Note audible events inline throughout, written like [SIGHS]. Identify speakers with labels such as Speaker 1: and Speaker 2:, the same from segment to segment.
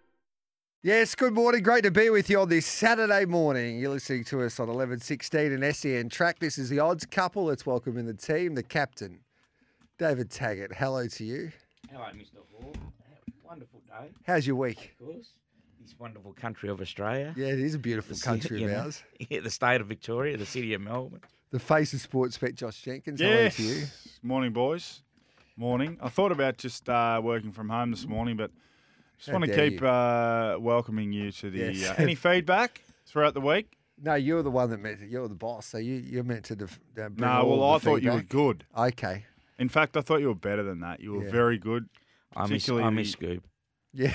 Speaker 1: Yes, good morning. Great to be with you on this Saturday morning. You're listening to us on 1116 and SEN Track. This is the odds couple. Let's welcome in the team, the captain, David Taggart. Hello to you.
Speaker 2: Hello, Mr. Hall. Wonderful day,
Speaker 1: How's your week?
Speaker 2: of course. This wonderful country of Australia.
Speaker 1: Yeah, it is a beautiful
Speaker 2: The
Speaker 1: country
Speaker 2: you
Speaker 1: of
Speaker 2: know,
Speaker 1: ours.
Speaker 2: [LAUGHS] yeah, the state of Victoria, the city of Melbourne.
Speaker 1: The face of sports bet, Josh Jenkins.
Speaker 3: Yes.
Speaker 1: Hello to you.
Speaker 3: Morning, boys. Morning. I thought about just uh, working from home this morning, but just
Speaker 1: How
Speaker 3: want to
Speaker 1: dare
Speaker 3: keep
Speaker 1: you.
Speaker 3: uh, welcoming you to the.
Speaker 1: Yes.
Speaker 3: Uh, any feedback throughout the week?
Speaker 1: No, you're the one that meant you're the boss, so you you're meant to. Def- uh, bring
Speaker 3: No,
Speaker 1: all
Speaker 3: well, I
Speaker 1: the
Speaker 3: thought you were
Speaker 1: feedback.
Speaker 3: good.
Speaker 1: Okay. [LAUGHS]
Speaker 3: In fact, I thought you were better than that. You were
Speaker 1: Yeah.
Speaker 3: very good.
Speaker 2: I miss,
Speaker 3: Particularly
Speaker 2: I
Speaker 3: the-
Speaker 2: miss Scoob.
Speaker 1: Yeah.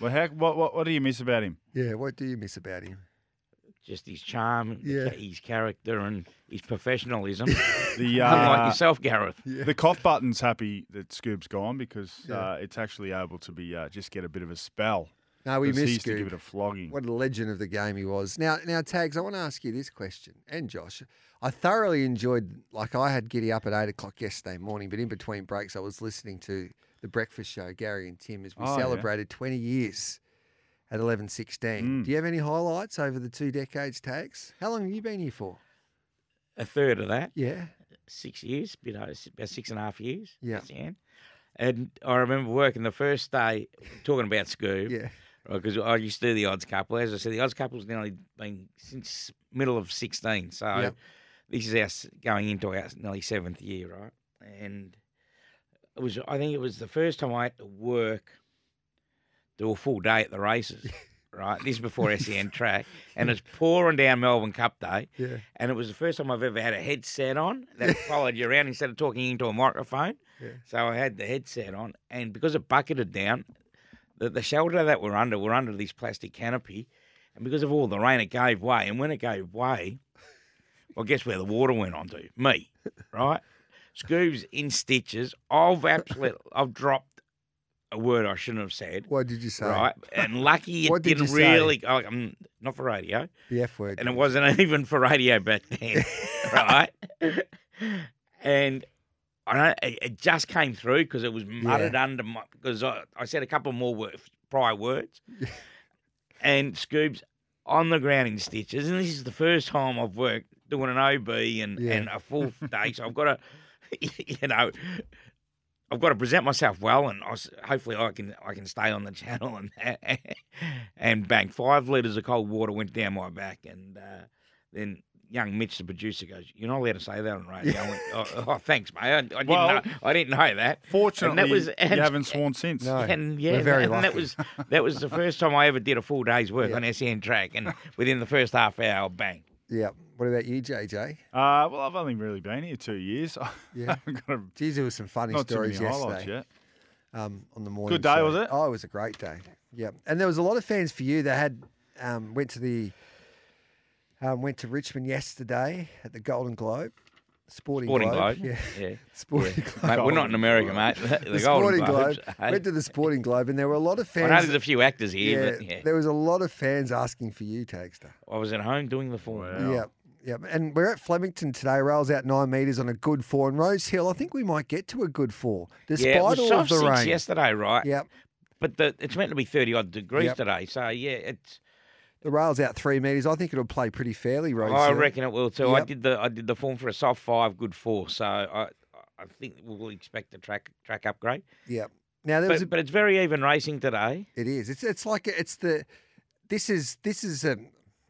Speaker 3: Well, how, what, what, what do you miss about him?
Speaker 1: yeah. What do you miss about him?
Speaker 2: Just his charm, the
Speaker 1: Yeah.
Speaker 2: ca- his character, and his
Speaker 1: [LAUGHS]
Speaker 2: professionalism.
Speaker 3: The
Speaker 2: Unlike
Speaker 3: uh,
Speaker 2: yourself, Gareth.
Speaker 3: the cough button's happy that Scoob's gone because
Speaker 1: Yeah.
Speaker 3: uh, it's actually able to be uh, just get a bit of a spell.
Speaker 1: No, we
Speaker 3: 'Cause
Speaker 1: miss
Speaker 3: he used to give
Speaker 1: Oh, Scoob.
Speaker 3: it a flogging.
Speaker 1: What a legend of the game he was. Now, now, tags. I want to ask you this question, and Josh, I thoroughly enjoyed. Like I had giddy up at eight o'clock yesterday morning, but in between breaks, I was listening to the breakfast show, Gary and Tim, as we
Speaker 3: Oh, yeah.
Speaker 1: celebrated twenty years at eleven sixteen.
Speaker 3: Mm.
Speaker 1: Do you have any highlights over the two decades, tags? How long have you been here for?
Speaker 2: A third of that,
Speaker 1: Yeah,
Speaker 2: six years, bit over, about six and a half years.
Speaker 1: Yeah.
Speaker 2: that's the end. And I remember working the first day, talking about Scoob.
Speaker 1: yeah,
Speaker 2: because Uh, I used to do the odds couple. As I said, the odds couple's nearly been since middle of sixteen. So
Speaker 1: Yep.
Speaker 2: this is our s- going into our nearly seventh year, right? And it was I think it was the first time I had to work do a full day at the races. Right, this is before SEN track, and it's pouring down Melbourne Cup Day,
Speaker 1: yeah,
Speaker 2: and it was the first time I've ever had a headset on that followed you around instead of talking into a microphone.
Speaker 1: Yeah.
Speaker 2: So I had the headset on, and because it bucketed down, the, the shelter that we're under, we're under this plastic canopy, and because of all the rain, it gave way. And when it gave way, well, guess where the water went on to? Me, right? Scoob's in stitches. I've absolutely, I've dropped a word I shouldn't have said.
Speaker 1: What did you say?
Speaker 2: Right, and lucky
Speaker 1: What
Speaker 2: it
Speaker 1: did you
Speaker 2: didn't
Speaker 1: say?
Speaker 2: really. oh, I'm not for radio
Speaker 1: The F word.
Speaker 2: and it wasn't [LAUGHS] even for radio [LAUGHS] back then,
Speaker 1: [LAUGHS]
Speaker 2: right? and I don't, it, it just came through because it was muttered under my because I, I said a couple more wor-
Speaker 1: [LAUGHS]
Speaker 2: prior words, and Scoob's on the ground in stitches, and this is the first time I've worked doing an OB and
Speaker 1: Yeah.
Speaker 2: and
Speaker 1: [LAUGHS]
Speaker 2: a full day, so I've got to, [LAUGHS] you know. I've got to present myself well, and I s hopefully I can I can stay on the [LAUGHS] channel and and bang five liters of cold water went down my back, and uh, then young Mitch, the producer, goes, "You're not allowed to say that on
Speaker 1: [LAUGHS]
Speaker 2: radio." I went, oh, oh, thanks, mate. I, I didn't
Speaker 3: Well-
Speaker 2: know, I didn't know that.
Speaker 3: Fortunately,
Speaker 2: was- and-
Speaker 3: you
Speaker 2: [LAUGHS]
Speaker 3: haven't sworn since.
Speaker 1: No.
Speaker 2: And yeah,
Speaker 1: we're very
Speaker 2: and that
Speaker 1: lucky.
Speaker 2: was that was the first time I ever did a full day's work
Speaker 1: Yeah.
Speaker 2: on SN track, and within the first half hour, bang.
Speaker 1: Yeah. What about you, JJ?
Speaker 3: Uh, well, I've only really been here two years. [LAUGHS]
Speaker 1: Yeah.
Speaker 3: I haven't got a
Speaker 1: Geez, there was some funny
Speaker 3: Not too many
Speaker 1: stories yesterday.
Speaker 3: highlights yet.
Speaker 1: um, on the morning.
Speaker 3: day,
Speaker 1: show.
Speaker 3: was it?
Speaker 1: Oh, it was a great day. Yeah, and there was a lot of fans for you that had um, went to the um, went to Richmond yesterday at the Golden Globe, Sporting,
Speaker 2: Sporting
Speaker 1: Globe.
Speaker 2: Globe.
Speaker 1: Yeah. [LAUGHS]
Speaker 2: yeah.
Speaker 1: Sporting Globe.
Speaker 2: Mate, we're not in America, mate. [LAUGHS] The, Golden [LAUGHS] Globes. eh?
Speaker 1: Went to the Sporting Globe, and there were a lot of
Speaker 2: I
Speaker 1: fans.
Speaker 2: know there's a few actors here, but yeah.
Speaker 1: there was a lot of fans asking for you, Tagster.
Speaker 2: I was at home doing the form.
Speaker 3: Wow.
Speaker 1: Yeah, yeah. And we're at Flemington today. Rails out nine metres on a good four, and Rose Hill. I think we might get to a good four, despite
Speaker 2: yeah, it was
Speaker 1: all
Speaker 2: soft
Speaker 1: of the
Speaker 2: six
Speaker 1: rain.
Speaker 2: yesterday, right?
Speaker 1: Yeah,
Speaker 2: But the, it's meant to be 30 odd degrees
Speaker 1: Yep.
Speaker 2: today. So, yeah, it's.
Speaker 1: the rails out three metres. I think it'll play pretty fairly, Rose
Speaker 2: I
Speaker 1: Hill.
Speaker 2: reckon it will too. I
Speaker 1: Yep.
Speaker 2: did the I did the form for a soft five, good four. So I I think we'll expect a track track upgrade.
Speaker 1: Yeah. Now there was
Speaker 2: But,
Speaker 1: a,
Speaker 2: but it's very even racing today.
Speaker 1: it is. It's it's like a- it's the this is this is a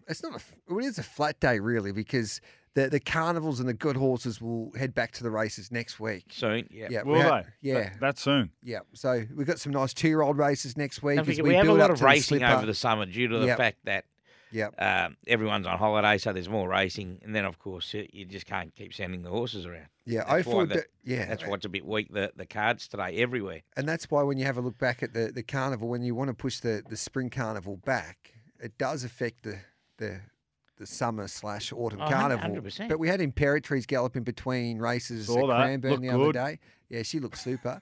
Speaker 1: it's not a f- well, it is a flat day really because the the carnivals and the good horses will head back to the races next week.
Speaker 2: Soon, yeah.
Speaker 1: Yeah. we
Speaker 3: Will
Speaker 1: ha-
Speaker 3: they?
Speaker 1: Yeah.
Speaker 3: That, that's soon.
Speaker 1: Yeah. So we've got some nice two year old races next week.
Speaker 2: Don't
Speaker 1: as
Speaker 2: forget, we, have a
Speaker 1: build
Speaker 2: lot
Speaker 1: up
Speaker 2: of
Speaker 1: to
Speaker 2: racing
Speaker 1: slipper.
Speaker 2: over the summer due to the
Speaker 1: Yep.
Speaker 2: fact that
Speaker 1: Yep.
Speaker 2: um, everyone's on holiday, so there's more racing. And then, of course, you, you just can't keep sending the horses around.
Speaker 1: Yeah.
Speaker 2: that's why
Speaker 1: Ophel
Speaker 2: the-
Speaker 1: do- yeah.
Speaker 2: That's why it's a bit weak, the, the cards today, everywhere.
Speaker 1: And that's why when you have a look back at the, the carnival, when you want to push the, the spring carnival back, it does affect the the the summer slash autumn
Speaker 2: Oh, hun-
Speaker 1: carnival.
Speaker 2: 100%.
Speaker 1: But we had Imperatriz galloping between races
Speaker 3: Saw
Speaker 1: at
Speaker 3: that.
Speaker 1: Cranbourne
Speaker 3: Looked
Speaker 1: the
Speaker 3: good.
Speaker 1: other day. Yeah, she looked super.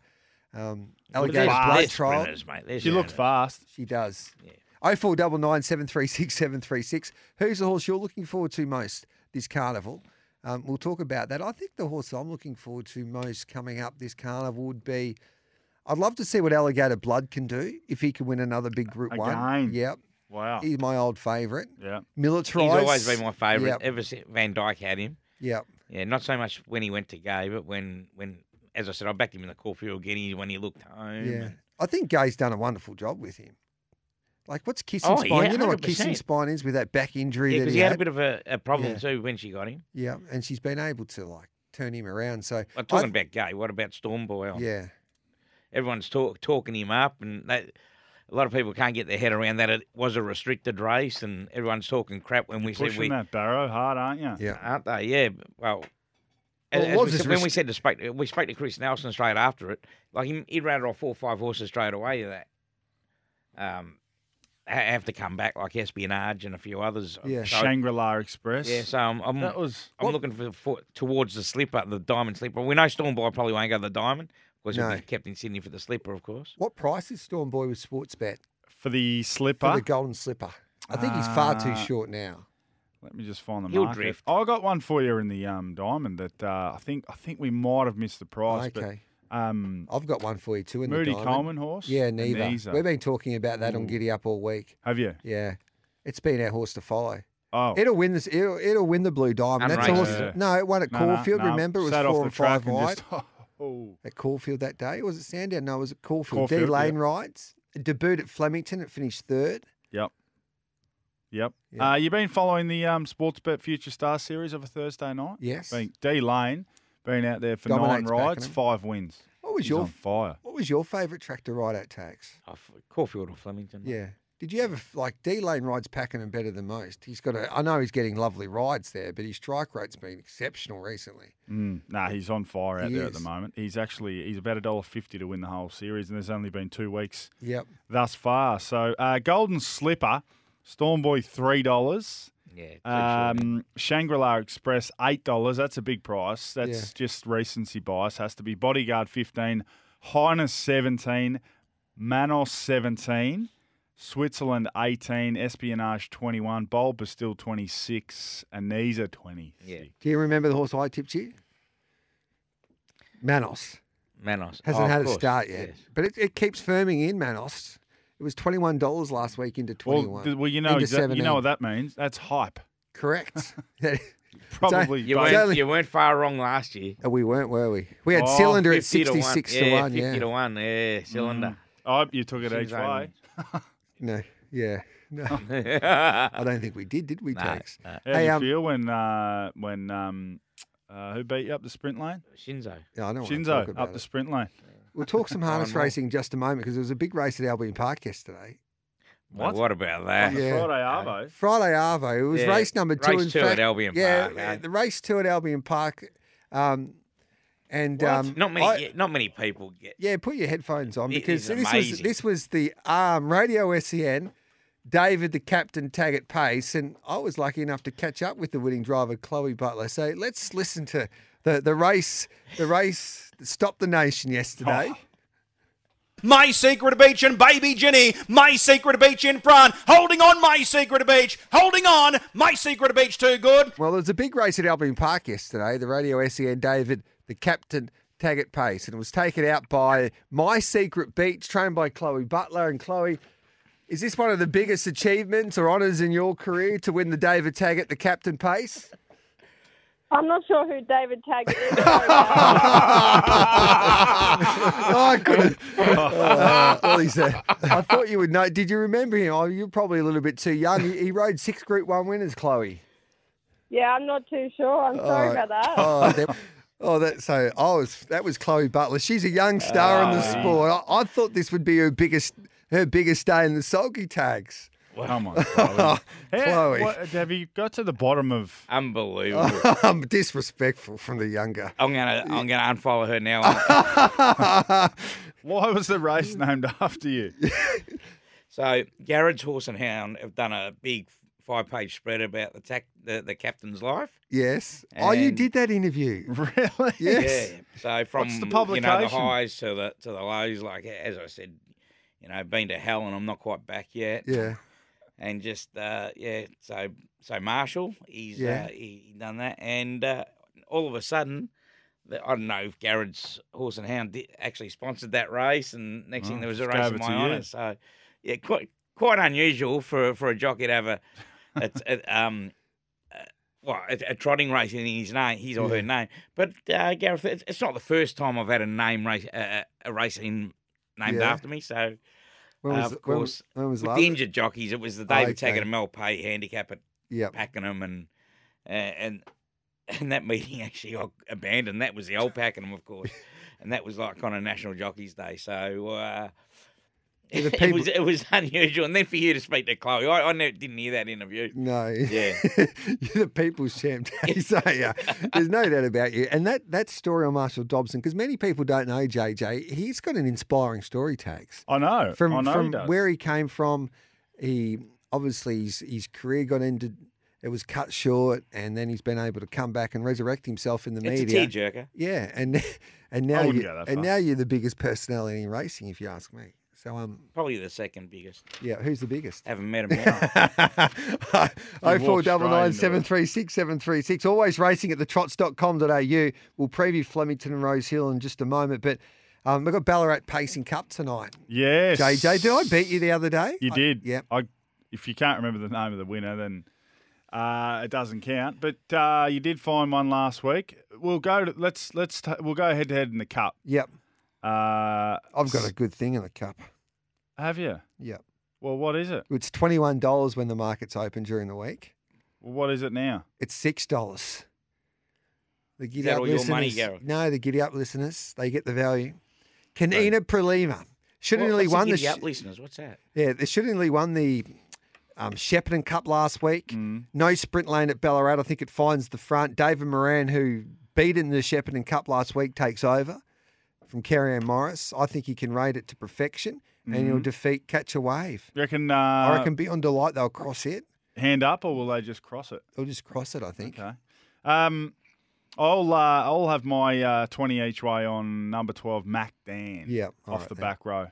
Speaker 1: Um,
Speaker 2: Well,
Speaker 1: Alligator
Speaker 2: there's-
Speaker 1: blood
Speaker 2: there's
Speaker 1: trial.
Speaker 2: sprinters, mate. There's
Speaker 3: She looked
Speaker 2: sprinters.
Speaker 3: fast.
Speaker 1: She does.
Speaker 2: Yeah.
Speaker 1: Oh four double nine seven three six seven three six. Who's the horse you're looking forward to most this carnival? Um, we'll talk about that. I think the horse I'm looking forward to most coming up this carnival would be. I'd love to see what Alligator Blood can do if he can win another big Group One.
Speaker 3: Again.
Speaker 1: Yep,
Speaker 3: Wow.
Speaker 1: he's my old favourite.
Speaker 3: Yeah.
Speaker 1: Militarized.
Speaker 2: Oh. He's always been my favourite
Speaker 1: Yep.
Speaker 2: ever since Van Dyke had him.
Speaker 1: Yep.
Speaker 2: Yeah, not so much when he went to Gay, but when, when as I said, I backed him in the Caulfield Guinea when he looked home.
Speaker 1: Yeah.
Speaker 2: and-
Speaker 1: I think Gay's done a wonderful job with him. Like, what's kissing
Speaker 2: Oh,
Speaker 1: spine?
Speaker 2: yeah,
Speaker 1: you know what kissing
Speaker 2: 100%.
Speaker 1: spine is with that back injury
Speaker 2: Yeah,
Speaker 1: that
Speaker 2: because
Speaker 1: he,
Speaker 2: he had
Speaker 1: had.
Speaker 2: a bit of a, a problem
Speaker 1: Yeah.
Speaker 2: too when she got him.
Speaker 1: yeah, and she's been able to like turn him around. So
Speaker 2: Like, talking about Gay, what about Storm Boyle?
Speaker 1: yeah,
Speaker 2: everyone's talk, talking him up, and that, a lot of people can't get their head around that it was a restricted race, and everyone's talking crap when we said
Speaker 3: Pushing
Speaker 2: we
Speaker 3: that barrow hard, aren't you?
Speaker 1: yeah.
Speaker 2: aren't they? Yeah, b- well.
Speaker 1: Well,
Speaker 2: as-
Speaker 1: it
Speaker 2: as
Speaker 1: was
Speaker 2: we
Speaker 1: his
Speaker 2: said- when we
Speaker 1: risk-
Speaker 2: said to speak, we spoke to Chris Nelson straight after it. Like he, he ran off four or five horses straight away that um, ha- have to come back, like Espionage and a few others.
Speaker 1: Yeah.
Speaker 2: so,
Speaker 3: Shangri La Express. Mm.
Speaker 2: yeah. So I'm, I'm,
Speaker 3: That was.
Speaker 2: I'm looking for, for towards the slipper, the diamond slipper. We know Stormboy probably won't go to the diamond because
Speaker 1: No.
Speaker 2: he'll be kept in Sydney for the slipper, of course.
Speaker 1: What price is Storm Boy with Sports Bet
Speaker 3: For the
Speaker 1: for
Speaker 3: slipper.
Speaker 1: the Golden Slipper? I think he's far too
Speaker 3: Uh,
Speaker 1: short now.
Speaker 3: Let me just find the
Speaker 2: He'll
Speaker 3: market. Oh,
Speaker 2: drift.
Speaker 3: I got one for you in the um, diamond that uh, I think I think we might have missed the price.
Speaker 1: okay,
Speaker 3: But, um,
Speaker 1: I've got one for you too. In the
Speaker 3: Moody
Speaker 1: diamond.
Speaker 3: Coleman horse.
Speaker 1: Yeah,
Speaker 3: and
Speaker 1: neither.
Speaker 3: Nisa.
Speaker 1: We've been talking about that on
Speaker 3: Ooh.
Speaker 1: Giddy Up all week.
Speaker 3: Have you?
Speaker 1: Yeah, it's been our horse to follow.
Speaker 3: Oh,
Speaker 1: It'll win this. It'll, it'll win the Blue Diamond. That's a horse.
Speaker 3: Unraced. Yeah.
Speaker 1: No, it won at
Speaker 3: no, no,
Speaker 1: Caulfield.
Speaker 3: no.
Speaker 1: Remember, it was
Speaker 3: Sat off
Speaker 1: four
Speaker 3: the
Speaker 1: and five
Speaker 3: track and
Speaker 1: wide
Speaker 3: just- [LAUGHS] oh,
Speaker 1: at Caulfield that day. Was it Sandown? No, it was at Caulfield. D
Speaker 3: Caulfield, yeah.
Speaker 1: Lane rides. It debuted at Flemington. It finished third.
Speaker 3: Yep. Yep.
Speaker 1: Yeah.
Speaker 3: Uh, you've been following the um, Sports Bet Future Star Series of a Thursday night.
Speaker 1: Yes.
Speaker 3: Been D Lane, been out there for
Speaker 1: Dominates
Speaker 3: nine rides,
Speaker 1: Pakenham.
Speaker 3: five wins.
Speaker 1: What was
Speaker 3: He's
Speaker 1: your
Speaker 3: on fire?
Speaker 1: What was your favourite track to ride at Tax?
Speaker 2: Oh, F- Caulfield or Flemington. mate.
Speaker 1: Yeah. Did you ever f- like D Lane rides Pakenham better than most? He's got a. I know he's getting lovely rides there, but his strike rate's been exceptional recently.
Speaker 3: Mm, nah, he's on fire out
Speaker 1: He
Speaker 3: there at the
Speaker 1: is.
Speaker 3: moment. He's actually he's about a dollar fifty to win the whole series, and there's only been two weeks
Speaker 1: Yep.
Speaker 3: thus far. So uh, Golden Slipper, Stormboy three dollars,
Speaker 2: Yeah. too short.
Speaker 3: um, Shangri La Express eight dollars. That's a big price. That's just recency bias. Has to be Bodyguard fifteen, Highness seventeen, Manos seventeen. Switzerland 18, Espionage 21, Bulb Bastille 26, Anisa 26.
Speaker 1: Do you remember the horse I tipped you? Manos
Speaker 2: Manos.
Speaker 1: hasn't
Speaker 2: Oh, of
Speaker 1: had a
Speaker 2: course,
Speaker 1: start yet,
Speaker 2: yes.
Speaker 1: but it, it keeps firming in Manos. It was twenty one dollars last week into twenty
Speaker 3: Well,
Speaker 1: one.
Speaker 3: th- well, you know
Speaker 1: Into
Speaker 3: exactly, you
Speaker 1: 17.
Speaker 3: know what that means. That's
Speaker 1: [LAUGHS]
Speaker 3: hype.
Speaker 2: [LAUGHS]
Speaker 1: Correct.
Speaker 3: Probably.
Speaker 2: You
Speaker 3: both.
Speaker 2: weren't,
Speaker 1: Exactly.
Speaker 2: you weren't far wrong last year.
Speaker 1: we weren't, were we? We had
Speaker 3: Oh,
Speaker 1: Cylinder at sixty
Speaker 2: 50
Speaker 1: six
Speaker 2: to one. Yeah,
Speaker 1: yeah. Mm.
Speaker 2: 50 to 1. Yeah, cylinder.
Speaker 3: Oh, you took it
Speaker 2: She's [LAUGHS]
Speaker 3: each way.
Speaker 1: No, yeah, no.
Speaker 2: only-
Speaker 1: I don't think we did, did we,
Speaker 2: No,
Speaker 1: Tax?
Speaker 2: no.
Speaker 3: How
Speaker 1: Hey,
Speaker 3: do you
Speaker 1: um,
Speaker 3: feel when uh, when um, uh, who beat you up the sprint lane?
Speaker 2: Shinzo.
Speaker 1: No, I don't want to talk
Speaker 3: Shinzo
Speaker 1: about
Speaker 3: up
Speaker 1: it.
Speaker 3: the sprint lane.
Speaker 1: We'll talk
Speaker 2: [LAUGHS]
Speaker 1: some harness
Speaker 2: more.
Speaker 1: racing in just a moment because there was a big race at Albion Park yesterday.
Speaker 2: What?
Speaker 3: What?
Speaker 2: what about that?
Speaker 3: On the
Speaker 1: Yeah.
Speaker 3: Friday Arvo.
Speaker 1: Friday Arvo. It was
Speaker 2: Yeah,
Speaker 1: race number two.
Speaker 2: race
Speaker 1: in
Speaker 2: two at
Speaker 1: fact.
Speaker 2: Albion
Speaker 1: yeah,
Speaker 2: Park,
Speaker 1: Yeah,
Speaker 2: eh?
Speaker 1: the race two at Albion Park. Um, and um,
Speaker 2: not many.
Speaker 1: I-
Speaker 2: yeah, not many people get.
Speaker 1: yeah, put your headphones on
Speaker 2: It
Speaker 1: because
Speaker 2: is
Speaker 1: this was
Speaker 2: amazing.
Speaker 1: this was the um, Radio SEN. David, the captain, Taggart pace, and I was lucky enough to catch up with the winning driver, Chloe Butler. So let's listen to the the race, the race that stopped the nation
Speaker 2: Oh,
Speaker 1: yesterday.
Speaker 4: My Sacred Beach and Baby Jenny. My Sacred Beach in front. Holding on, My Sacred Beach. Holding on. My Sacred Beach too good.
Speaker 1: Well, there was a big race at Albion Park yesterday. The Radio SEN David, the captain, Taggart Pace, and it was taken out by My Secret Beach, trained by Chloe Butler. And Chloe, is this one of the biggest achievements or honours in your career to win the David Taggart, the captain Pace?
Speaker 5: I'm not sure who David Taggart is. but,
Speaker 1: [LAUGHS] Oh, I couldn't. Uh, well, he's there. I thought you would know. Did you remember him? Oh, you're probably a little bit too young. He, he rode six Group One winners, Chloe.
Speaker 5: yeah, I'm not too sure. I'm sorry
Speaker 1: Alright.
Speaker 5: about that.
Speaker 2: [LAUGHS]
Speaker 1: Oh, that, oh, that so I was that was Chloe Butler. She's a young star in the
Speaker 2: Oh,
Speaker 1: sport. I, I thought this would be her biggest her biggest day in the sulky tags. [LAUGHS]
Speaker 3: Come on, Chloe. Hey,
Speaker 1: Chloe.
Speaker 3: what- have you got to the bottom of?
Speaker 2: Unbelievable.
Speaker 1: [LAUGHS] I'm disrespectful from the younger.
Speaker 2: I'm gonna. I'm gonna unfollow
Speaker 1: [LAUGHS]
Speaker 2: her now.
Speaker 3: Why was
Speaker 1: [LAUGHS]
Speaker 3: the race named after you?
Speaker 2: so Garrett's Horse and Hound have done a big five page spread about the, tac- the the captain's life.
Speaker 1: Yes. oh, you
Speaker 2: And-
Speaker 1: did that interview.
Speaker 3: Really?
Speaker 1: Yes.
Speaker 2: So from
Speaker 3: What's
Speaker 2: you know the
Speaker 3: the publication?
Speaker 2: highs to the to the lows, like as I said, you know, been to hell and I'm not quite back yet.
Speaker 1: Yeah.
Speaker 2: and just uh, yeah. So so Marshall, he's
Speaker 1: Yeah.
Speaker 2: uh, he he done that, and uh, all of a sudden, the, I don't know if Garrett's Horse and Hound di actually sponsored that race, and next
Speaker 3: Oh,
Speaker 2: thing there was a
Speaker 3: just
Speaker 2: race
Speaker 3: gave
Speaker 2: in
Speaker 3: it to
Speaker 2: my
Speaker 3: you.
Speaker 2: honour. So yeah, quite quite unusual for for a jockey to
Speaker 1: [LAUGHS]
Speaker 2: have a, a, a um. uh, Well, a, a trotting race in his name, his or
Speaker 1: Yeah.
Speaker 2: her name. But uh, Gareth, it's, it's not the first time I've had a name race, uh, a race in named
Speaker 1: Yeah.
Speaker 2: after me. So
Speaker 1: When
Speaker 2: Uh,
Speaker 1: was,
Speaker 2: of
Speaker 1: when-
Speaker 2: course.
Speaker 1: When, was
Speaker 2: with
Speaker 1: last?
Speaker 2: the injured jockeys, it was the David
Speaker 1: okay.
Speaker 2: Taggart and Mel Pay handicap at
Speaker 1: Yep.
Speaker 2: Pakenham and uh, and and that meeting [LAUGHS] actually I abandoned. That was the old Pakenham, of course, and that was like on a National Jockeys Day. So uh, [LAUGHS]
Speaker 1: Yeah, the
Speaker 2: it
Speaker 1: people-
Speaker 2: was it was [LAUGHS] unusual. And then for you to speak to Chloe, I, I ne- didn't hear that interview.
Speaker 1: No.
Speaker 2: Yeah.
Speaker 1: [LAUGHS] You're the people's champ, [LAUGHS] Dave. So, yeah, there's no doubt about you. And that, that story on Marshall Dobson, because many people don't know JJ, he's got an inspiring story, Tags.
Speaker 3: I know. I
Speaker 1: From, from
Speaker 3: know Uh, oh, he does.
Speaker 1: where he came from, he obviously his, his career got ended. It was cut short, and then he's been able to come back and resurrect himself in the
Speaker 2: It's
Speaker 1: media.
Speaker 2: a tearjerker.
Speaker 1: Yeah, and [LAUGHS] and now
Speaker 3: wouldn't
Speaker 1: you
Speaker 3: go that
Speaker 1: and
Speaker 3: far.
Speaker 1: now you're the biggest personality in racing, if you ask me. So um,
Speaker 2: Probably the second biggest.
Speaker 1: yeah, who's the biggest?
Speaker 2: Haven't met him yet.
Speaker 1: [LAUGHS] Oh four double nine
Speaker 3: straight
Speaker 1: seven
Speaker 3: into it.
Speaker 1: three six seven three six. Always racing at the trots.com.au. We'll preview Flemington and Rose Hill in just a moment, but um, we've got Ballarat Pacing Cup
Speaker 3: [LAUGHS]
Speaker 1: tonight.
Speaker 3: Yes.
Speaker 1: JJ, did I beat you the other day?
Speaker 3: You
Speaker 1: I-
Speaker 3: did.
Speaker 1: yeah.
Speaker 3: I, if you can't remember the name of the winner, then uh, it doesn't count. But uh, you did find one last week. We'll go. To, let's let's t- we'll go head to head in the cup.
Speaker 1: Yep.
Speaker 3: Uh,
Speaker 1: I've got a good thing in the cup.
Speaker 3: Have you?
Speaker 1: Yep.
Speaker 3: Well, what is it?
Speaker 1: It's twenty one dollars when the market's open during the week.
Speaker 3: Well, what is it now?
Speaker 1: It's six dollars. The Giddy
Speaker 2: that
Speaker 1: Up
Speaker 2: all your money,
Speaker 1: listeners,
Speaker 2: Gareth?
Speaker 1: no, the Giddy Up listeners, they get the value. Canina Prelima should
Speaker 2: What-
Speaker 1: have nearly
Speaker 2: what's the
Speaker 1: won the
Speaker 2: Giddy
Speaker 1: sh-
Speaker 2: up listeners. What's that?
Speaker 1: yeah, they should have nearly won the um, Shepparton Cup last week.
Speaker 2: Mm.
Speaker 1: No sprint lane at Ballarat. I think it finds the front. David Moran, who beat in the Shepparton Cup last week, takes over from Carrie Ann Morris. I think he can rate it to perfection, and
Speaker 2: Mm.
Speaker 1: he'll defeat Catch a Wave.
Speaker 3: You reckon? Uh,
Speaker 1: I reckon Beyond Delight they'll cross it.
Speaker 3: hand up, or will they just cross it?
Speaker 1: They'll just cross it. I think.
Speaker 3: Okay. Um, I'll uh, I'll have my uh, twenty each way on number twelve Mac Dan.
Speaker 1: Yeah, all
Speaker 3: off
Speaker 1: right
Speaker 3: the
Speaker 1: then.
Speaker 3: back row.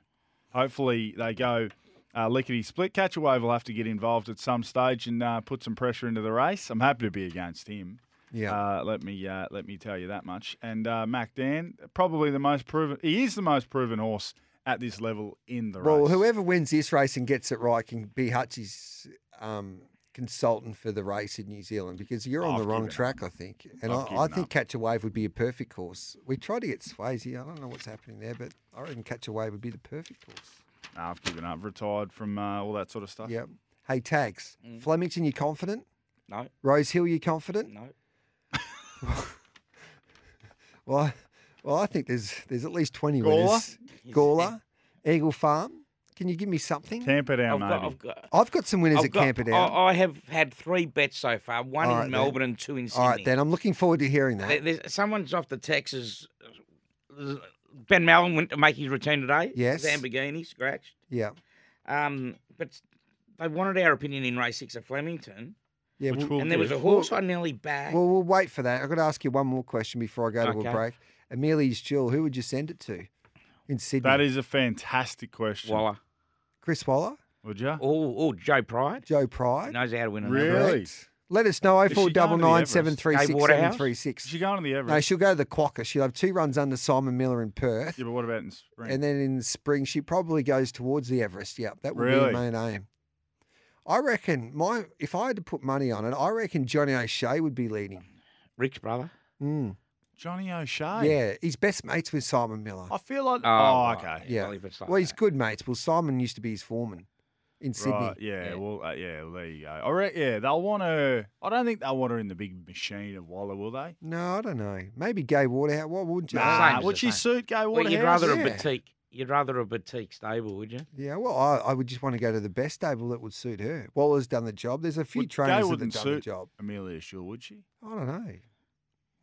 Speaker 3: Hopefully they go uh, lickety split. Catch away will have to get involved at some stage and uh, put some pressure into the race. I'm happy to be against him.
Speaker 1: Yeah.
Speaker 3: Uh, let me uh, let me tell you that much. And uh, Mac Dan, probably the most proven. He is the most proven horse at this level in the
Speaker 1: Well,
Speaker 3: race.
Speaker 1: whoever wins this race and gets it right can be Hutchie's um, consultant for the race in New Zealand because you're on
Speaker 3: I've
Speaker 1: the wrong
Speaker 3: given up.
Speaker 1: track, I think. And
Speaker 3: I've
Speaker 1: I, I
Speaker 3: given
Speaker 1: think
Speaker 3: up.
Speaker 1: Catch a Wave would be a perfect course. We tried to get Swayze. I don't know what's happening there, but I reckon Catch a Wave would be the perfect course.
Speaker 3: Nah, I've given up. Retired from uh, all that sort of stuff.
Speaker 1: Yep. Hey, Tags.
Speaker 3: Mm.
Speaker 1: Flemington, you confident?
Speaker 2: No,
Speaker 1: Rose Hill, you confident?
Speaker 2: no.
Speaker 1: Well, I- well, I think there's there's at least 20
Speaker 3: Gawler?
Speaker 1: winners. Gawler, Eagle Farm. Can you give me something?
Speaker 3: Camperdown,
Speaker 2: I've got,
Speaker 3: maybe.
Speaker 2: I've got,
Speaker 1: I've got some winners
Speaker 2: I've
Speaker 1: at
Speaker 2: got-
Speaker 1: Camperdown.
Speaker 2: I, I have had three bets so far. One
Speaker 1: All
Speaker 2: in
Speaker 1: right then.
Speaker 2: Melbourne and two in Sydney.
Speaker 1: All right, then. I'm looking forward to hearing that.
Speaker 2: There- There's, someone's off the Texas. Ben Mallon went to make his return today.
Speaker 1: Yes.
Speaker 2: Lamborghini scratched.
Speaker 1: Yeah.
Speaker 2: Um, but they wanted our opinion in race six at Flemington,
Speaker 1: Yeah,
Speaker 3: Which
Speaker 1: we'll-
Speaker 3: will
Speaker 2: and there was a
Speaker 3: give-
Speaker 2: horse I nearly backed.
Speaker 1: Well, we'll wait for that. I've got to ask you one more question before I go to a
Speaker 2: Okay.
Speaker 1: break. Amelia's Jill, who would you send it to in Sydney?
Speaker 3: That is a fantastic question.
Speaker 2: Waller.
Speaker 1: Chris Waller,
Speaker 3: Would you?
Speaker 2: Oh, oh, Joe Pride
Speaker 1: Joe Pride.
Speaker 2: knows how to win. a
Speaker 3: Really?
Speaker 2: race.
Speaker 1: Correct. Let us know.
Speaker 3: she going to the
Speaker 1: 0499736736.
Speaker 2: Everest? Dave Waterhouse?
Speaker 3: Is she going to the
Speaker 1: No,
Speaker 3: Everest?
Speaker 1: she'll go to the Quokka. She'll have two runs under Simon Miller in Perth.
Speaker 3: yeah, but what about in spring?
Speaker 1: And then in spring, she probably goes towards the Everest. Yep, that would
Speaker 3: Really?
Speaker 1: be her main aim. I reckon my if I had to put money on it, I reckon Johnny O'Shea would be leading.
Speaker 2: Rick's brother.
Speaker 1: Mm.
Speaker 3: Johnny O'Shea.
Speaker 1: Yeah, he's best mates with Simon Miller.
Speaker 3: I feel like.
Speaker 2: Oh,
Speaker 3: Oh,
Speaker 2: right.
Speaker 3: okay.
Speaker 1: Yeah.
Speaker 2: Well, if it's like
Speaker 1: well, he's
Speaker 2: that.
Speaker 1: good mates. Well, Simon used to be his foreman in Sydney.
Speaker 3: Right. Yeah.
Speaker 2: Yeah.
Speaker 3: Well. Uh, yeah. Well, there you go. All right. Yeah. They'll want her. I don't think they'll want her in the big machine of Waller, will they?
Speaker 1: No, I don't know. Maybe Gay Waterhouse. What would you?
Speaker 2: Nah. as
Speaker 3: Would
Speaker 2: the
Speaker 3: she
Speaker 2: same.
Speaker 3: suit Gay
Speaker 2: Well,
Speaker 3: Waterhouse?
Speaker 2: you'd rather
Speaker 1: Yeah.
Speaker 2: a boutique. You'd rather a boutique stable, would you?
Speaker 1: Yeah, well, I, I would just want to go to the best stable that would suit her. Waller's done the job. There's a few
Speaker 3: Would- Gay
Speaker 1: trainers that have done
Speaker 3: wouldn't
Speaker 1: the
Speaker 3: suit
Speaker 1: job.
Speaker 3: Amelia Shaw,
Speaker 1: [LAUGHS]
Speaker 3: would she?
Speaker 1: I don't know.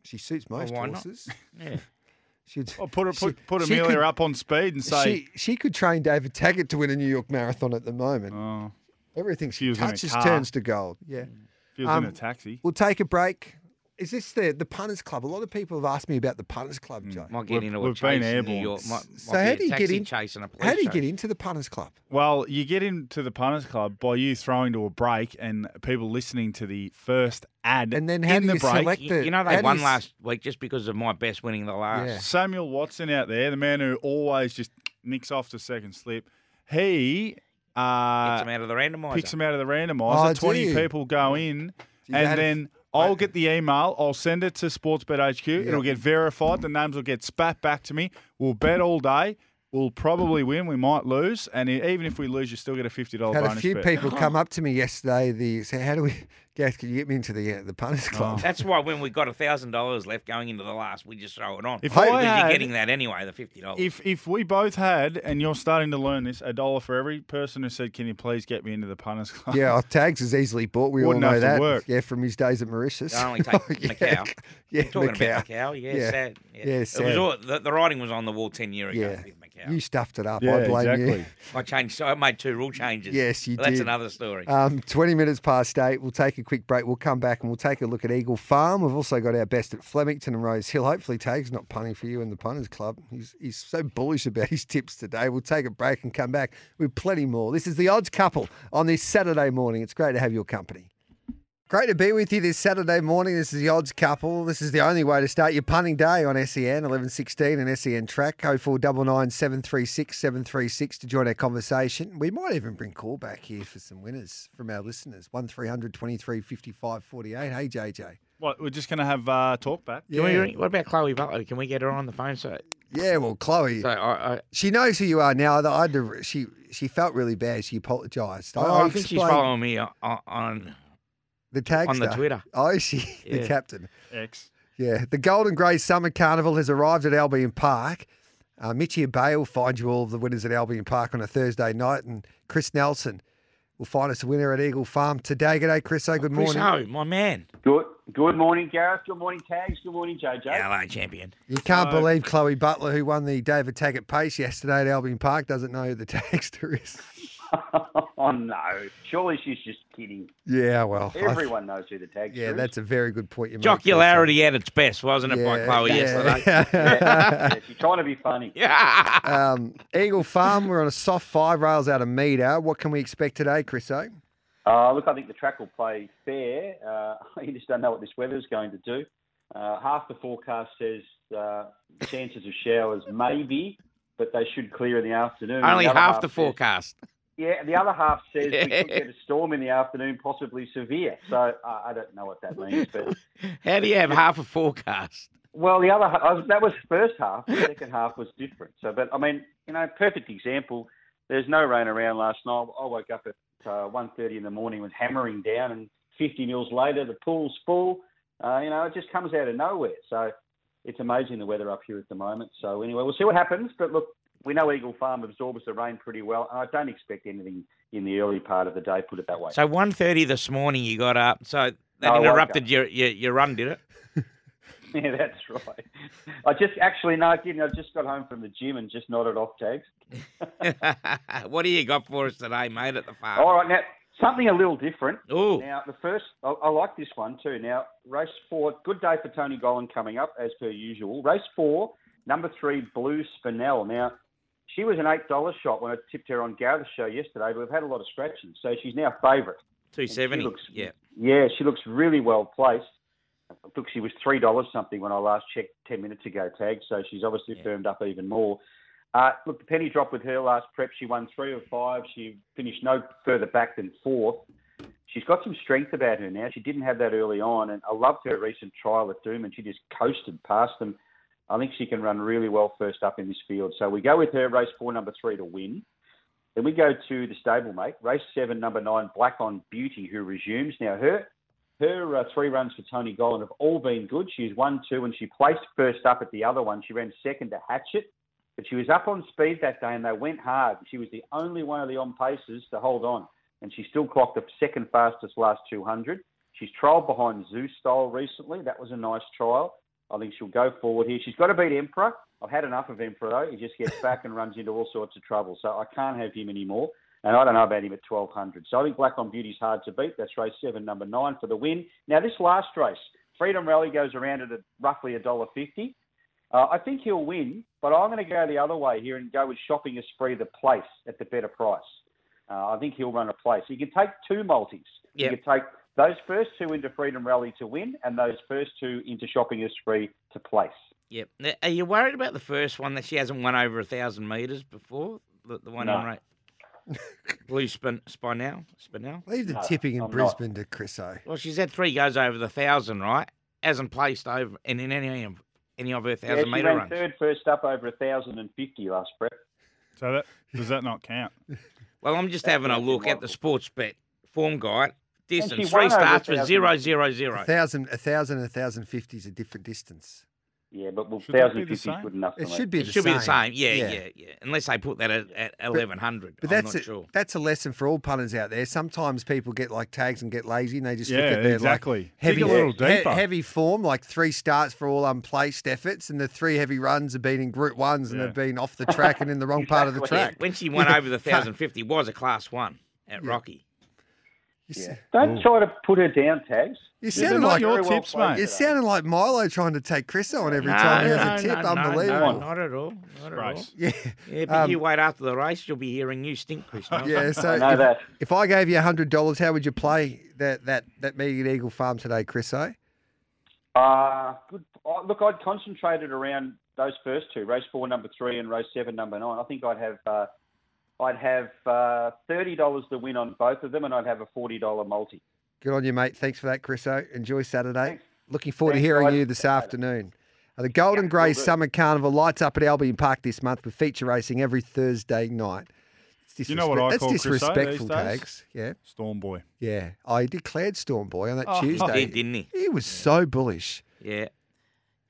Speaker 1: She suits most
Speaker 2: why not?
Speaker 1: horses.
Speaker 2: Yeah.
Speaker 3: [LAUGHS]
Speaker 1: She'd,
Speaker 3: Or put her,
Speaker 1: she-
Speaker 3: put, put
Speaker 1: she
Speaker 3: Amelia
Speaker 1: could-
Speaker 3: up on speed and
Speaker 1: she,
Speaker 3: say,
Speaker 1: she could train David Taggart to win a New York Marathon at the moment.
Speaker 3: "Oh,
Speaker 1: Everything she,
Speaker 3: She was in a
Speaker 1: touches
Speaker 3: car. Mm.
Speaker 1: turns to gold. Yeah.
Speaker 3: If he was
Speaker 1: Um,
Speaker 3: in a taxi.
Speaker 1: We'll take a break. Is this the the punters club? A lot of people have asked me about the punters club,
Speaker 3: Mm.
Speaker 1: Joe.
Speaker 2: Might get
Speaker 3: We've-
Speaker 2: into a
Speaker 3: we've
Speaker 2: chase
Speaker 3: been
Speaker 2: in New
Speaker 3: airborne.
Speaker 2: York. Might, might
Speaker 1: So
Speaker 2: be
Speaker 1: how
Speaker 2: a
Speaker 1: do you get
Speaker 2: taxi
Speaker 1: in-
Speaker 2: Chase and a police
Speaker 1: How do you
Speaker 2: chase.
Speaker 1: get into the punters club?
Speaker 3: Well, you get into the punters club by you throwing to a break and people listening to the first ad.
Speaker 1: And then how
Speaker 3: in
Speaker 1: do
Speaker 3: the
Speaker 1: you
Speaker 3: break,
Speaker 1: select
Speaker 2: You,
Speaker 1: the-
Speaker 2: you know
Speaker 1: how
Speaker 2: they
Speaker 1: do
Speaker 2: won
Speaker 1: you s-
Speaker 2: last week just because of my best winning the last.
Speaker 1: Yeah.
Speaker 3: Samuel Watson out there, the man who always just nicks off the second slip. He
Speaker 2: Gets
Speaker 3: uh,
Speaker 2: them out of the
Speaker 3: picks
Speaker 2: randomizer.
Speaker 3: them out of the
Speaker 1: Oh,
Speaker 3: randomizer.
Speaker 1: do
Speaker 3: 20
Speaker 1: you?
Speaker 3: people go in,
Speaker 1: you had
Speaker 3: and
Speaker 1: a-
Speaker 3: then I'll get the email. I'll send it to Sportsbet HQ. It'll get verified. The names will get spat back to me. We'll bet all day. We'll probably win. We might lose. And e- even if we lose, you still get a $50
Speaker 1: Had a
Speaker 3: bonus
Speaker 1: few
Speaker 3: bet. [LAUGHS]
Speaker 1: people come up to me yesterday. The say, how do we, [LAUGHS] Gath? Can you get me into the uh, the punters
Speaker 3: Oh. [LAUGHS]
Speaker 1: club?
Speaker 2: That's why when we got a thousand dollars left going into the last, we just throw it on.
Speaker 3: If
Speaker 2: Because
Speaker 3: I
Speaker 2: you're
Speaker 3: had-
Speaker 2: getting that anyway, the fifty dollars.
Speaker 3: If if we both had, and you're starting to learn this, a dollar for every person who said, "Can you please get me into the punters [LAUGHS] club?"
Speaker 1: yeah, our tags is easily bought. We
Speaker 3: Wouldn't
Speaker 1: all know
Speaker 3: have to
Speaker 1: that.
Speaker 3: work.
Speaker 1: Yeah, from his days at Mauritius. Oh, [LAUGHS]
Speaker 2: I only take Macau.
Speaker 1: Yeah,
Speaker 2: Talking
Speaker 1: Macau.
Speaker 2: about Macau, yeah,
Speaker 1: Yeah.
Speaker 2: sad. Yeah,
Speaker 1: Yeah,
Speaker 2: It was
Speaker 1: sad.
Speaker 2: all, the, the writing was on the wall ten year ago
Speaker 1: Yeah.
Speaker 2: with Macau.
Speaker 1: You stuffed it up.
Speaker 3: Yeah,
Speaker 1: I blame
Speaker 3: exactly.
Speaker 1: you.
Speaker 2: I changed. So I made two rule changes.
Speaker 1: Yes, you
Speaker 2: But That's
Speaker 1: did.
Speaker 2: another story.
Speaker 1: Um, 20 minutes past eight. We'll take a quick break. We'll come back and we'll take a look at Eagle Farm. We've also got our best at Flemington and Rose Hill. Hopefully, Tag's not punning for you in the Punters Club. He's, he's so bullish about his tips today. We'll take a break and come back with plenty more. This is the odds couple on this Saturday morning. It's great to have your company. Great to be with you this Saturday morning. This is the odds couple. This is the only way to start your punning day on E SEN 1116 and SEN track 0499 736 736 to join our conversation. We might even bring call back here for some winners from our listeners 1300 23 55 48. Hey, JJ.
Speaker 3: What? We're just gonna have uh, talk back.
Speaker 2: Can we
Speaker 1: Yeah.
Speaker 2: ring- what about Chloe Butler? Can we get her on the phone? So,
Speaker 1: Yeah, well, Chloe,
Speaker 2: so I, I,
Speaker 1: she knows who you are now. I had to, she, she felt really bad. She apologised.
Speaker 2: oh, I, think she's
Speaker 1: explained
Speaker 2: following me uh, on on,
Speaker 1: the tag
Speaker 2: on the
Speaker 1: stuff.
Speaker 2: Twitter.
Speaker 1: Oh, is she [LAUGHS] the
Speaker 2: Yeah.
Speaker 1: captain.
Speaker 3: X.
Speaker 1: Yeah, the Golden Grey Summer Carnival has arrived at Albion Park. Uh, Mitchie and Bay will find you all the winners at Albion Park on a Thursday night, and Chris Nelson will find us a winner at Eagle Farm today. G'day, Chris. Oh, good
Speaker 2: Chris
Speaker 1: morning.
Speaker 2: O, my man.
Speaker 6: Good, good morning, Gareth. Good morning, Tags. Good morning, JJ.
Speaker 2: LA champion.
Speaker 1: You can't believe Chloe Butler, who won the David Taggart Pace yesterday at Albion Park, doesn't know who the [LAUGHS] tagster is.
Speaker 6: [LAUGHS] oh no, surely she's just kidding.
Speaker 1: Yeah, well, I-
Speaker 6: Everyone knows who the Tags.
Speaker 1: yeah,
Speaker 6: is.
Speaker 1: that's a very good point you make. Chris.
Speaker 2: Jocularity at its best, wasn't it, by
Speaker 1: [LAUGHS]
Speaker 2: Chloe yesterday? [LAUGHS]
Speaker 6: [LAUGHS] yeah, she's trying to be funny. [LAUGHS]
Speaker 2: Yeah.
Speaker 1: um, Eagle Farm, we're on a soft five rails out a metre. What can we expect today, Chris? O?
Speaker 6: Uh, look, I think the track will play fair. Uh, [LAUGHS] you just don't know what this weather is going to do. Uh, half the forecast says uh, chances of showers, maybe, but they should clear in the afternoon.
Speaker 2: Only
Speaker 6: The other
Speaker 2: half the
Speaker 6: says-
Speaker 2: forecast.
Speaker 6: Yeah, the other half says we
Speaker 2: [LAUGHS]
Speaker 6: could get a storm in the afternoon, possibly severe. So uh, I don't know what that means, but
Speaker 2: How do you have half a forecast?
Speaker 6: Well, the other ha- I was- that was the first half. The second half was different. So, but I mean, you know, perfect example. There's no rain around last night. I woke up at uh, 1.30 in the morning, was hammering down, and 50 mils later, the pool's full. Uh, you know, it just comes out of nowhere. So, it's amazing the weather up here at the moment. So, anyway, we'll see what happens. But look, we know Eagle Farm absorbs the rain pretty well, and I don't expect anything in the early part of the day. Put it that way.
Speaker 2: So 1.30 this morning you got up, so that
Speaker 6: No, I woke
Speaker 2: interrupted your, your your run, did it?
Speaker 6: [LAUGHS] Yeah, that's right. I just actually no, I didn't. I just got home from the gym and just nodded off tags.
Speaker 2: [LAUGHS] what do you got for us today, mate, at the farm?
Speaker 6: All right, now something a little different.
Speaker 2: Ooh,
Speaker 6: Now the first, I, I like this one too. Now race four, good day for Tony Golan coming up as per usual. Race four, number three, Blue Spinel. Now she was an eight dollar shot when I tipped her on Gareth's show yesterday, but we've had a lot of scratches, so she's now favourite. And
Speaker 2: 270.
Speaker 6: she looks-
Speaker 2: yeah.
Speaker 6: Yeah, she looks really well placed. Look, she was three dollars something when I last checked ten minutes ago. Tag, so she's obviously
Speaker 2: Yeah.
Speaker 6: firmed up even more. Uh, look, the penny dropped with her last prep. She won three of five. She finished no further back than fourth. She's got some strength about her now. She didn't have that early on, and I loved her recent trial at Doom, and she just coasted past them. I think she can run really well first up in this field. So we go with her race four, number three to win. Then we go to the stablemate, race seven, number nine, Black on Beauty, who resumes. Now, her her uh, three runs for Tony Golan have all been good. She's won two, and she placed first up at the other one. She ran second to Hatchet, but she was up on speed that day, and they went hard. She was the only one of the on paces to hold on, and she still clocked the second fastest last 200. She's trialled behind Zeus Style recently. That was a nice trial. I think she'll go forward here. She's got to beat Emperor. I've had enough of Emperor though. He just gets back and runs into all sorts of trouble. So I can't have him anymore. And I don't know about him at 1200. So I think Black on Beauty's hard to beat. That's race seven, number nine for the win. Now, this last race, Freedom Rally goes around at a, roughly $1.50. Uh, I think he'll win, but I'm going to go the other way here and go with Shopping Esprit, the place at the better price. Uh, I think he'll run a place. You can take two multis.
Speaker 2: Yep.
Speaker 6: You can take those first two into Freedom Rally to win and those first two into Shopping Esprit to place.
Speaker 2: Yep. Now, Are you worried about the first one that she hasn't won over a thousand meters before? The, the one
Speaker 6: No.
Speaker 1: [LAUGHS]
Speaker 2: on right. Blue spin Spinel. Spinel.
Speaker 1: Leave the
Speaker 6: No,
Speaker 1: tipping in
Speaker 6: I'm not.
Speaker 1: Brisbane to Chriso.
Speaker 2: Well, she's had three goes over the thousand, right? Hasn't placed over in, in any of any of her
Speaker 6: Yeah,
Speaker 2: thousand
Speaker 6: she
Speaker 2: meter
Speaker 6: ran
Speaker 2: runs.
Speaker 6: third first up over 1,050 last prep.
Speaker 3: So that does that not [LAUGHS] count?
Speaker 2: Well, I'm just having a
Speaker 6: That'd be
Speaker 2: look at the
Speaker 6: wonderful.
Speaker 2: sports bet form guide. Distance
Speaker 6: she
Speaker 2: three
Speaker 6: won over
Speaker 2: starts for
Speaker 6: 1,000.
Speaker 2: zero zero zero.
Speaker 1: A thousand, a thousand, and a thousand fifty is a different distance.
Speaker 6: Yeah, but well,
Speaker 3: Should that be
Speaker 6: 1,050
Speaker 3: the
Speaker 6: is
Speaker 3: same?
Speaker 6: good enough for
Speaker 1: It
Speaker 6: me.
Speaker 1: should be.
Speaker 2: It
Speaker 1: the
Speaker 2: should
Speaker 1: same.
Speaker 2: be the same. Yeah, yeah, yeah, Unless they put that at, at eleven hundred.
Speaker 1: But that's
Speaker 2: I'm not
Speaker 1: it.
Speaker 2: sure.
Speaker 1: That's a lesson for all punters out there. Sometimes people get like tags and get lazy, and they just
Speaker 3: Yeah,
Speaker 1: look at their
Speaker 3: exactly. Dig
Speaker 1: like heavy,
Speaker 3: a little
Speaker 1: he-
Speaker 3: deeper.
Speaker 1: heavy form, like three starts for all unplaced efforts, and the three heavy runs have been in group ones, and
Speaker 3: Yeah.
Speaker 1: they've been off the track and in the
Speaker 6: [LAUGHS]
Speaker 1: wrong part of the
Speaker 6: Exactly.
Speaker 1: track.
Speaker 2: When she won over the thousand fifty, was a class one at Rocky.
Speaker 1: You, s-
Speaker 6: Yeah. Don't try to put her down, Tags.
Speaker 1: you
Speaker 3: Yeah, they're
Speaker 1: sounded
Speaker 3: not
Speaker 1: like
Speaker 3: your
Speaker 6: Very well
Speaker 3: tips,
Speaker 6: played
Speaker 3: mate.
Speaker 1: you
Speaker 6: today.
Speaker 1: sounded like Milo trying to take Chris on every time he has a tip.
Speaker 2: no, no,
Speaker 1: Unbelievable. [LAUGHS] Um,
Speaker 2: not at all. Not at all.
Speaker 3: Christ.
Speaker 1: Yeah,
Speaker 6: [LAUGHS]
Speaker 2: Yeah, but you wait after the race, you'll be hearing you
Speaker 1: [LAUGHS]
Speaker 2: stink, Chris. Nelson.
Speaker 1: yeah. So
Speaker 6: I know
Speaker 1: if-
Speaker 6: that.
Speaker 1: If I gave you hundred dollars, how would you play that that that meeting at Eagle Farm today, Chris? Eh?
Speaker 6: Uh, good. oh, Look, I'd concentrated around those first two, race four, number three, and race seven, number nine. I think I'd have uh, I'd have uh, thirty dollars to win on both of them, and I'd have a forty dollar multi.
Speaker 1: Good on you, mate. Thanks for that, Chris. Eh? Enjoy Saturday.
Speaker 6: Thanks.
Speaker 1: Looking forward to
Speaker 6: Thanks,
Speaker 1: hearing
Speaker 6: guys.
Speaker 1: you this afternoon. Uh, The Golden
Speaker 6: Yeah,
Speaker 1: Grey
Speaker 6: will do.
Speaker 1: Summer Carnival lights up at Albion Park this month with feature racing every Thursday night. It's
Speaker 3: You know what
Speaker 1: disrespe-
Speaker 3: I
Speaker 1: that's
Speaker 3: call Chris, eh, these
Speaker 1: disrespectful,
Speaker 3: days?
Speaker 1: tags. Yeah,
Speaker 3: Storm boy.
Speaker 1: yeah. I declared Storm Boy on that
Speaker 3: Oh, he
Speaker 1: Tuesday.
Speaker 2: He did, didn't he?
Speaker 1: He was so bullish.
Speaker 2: Yeah.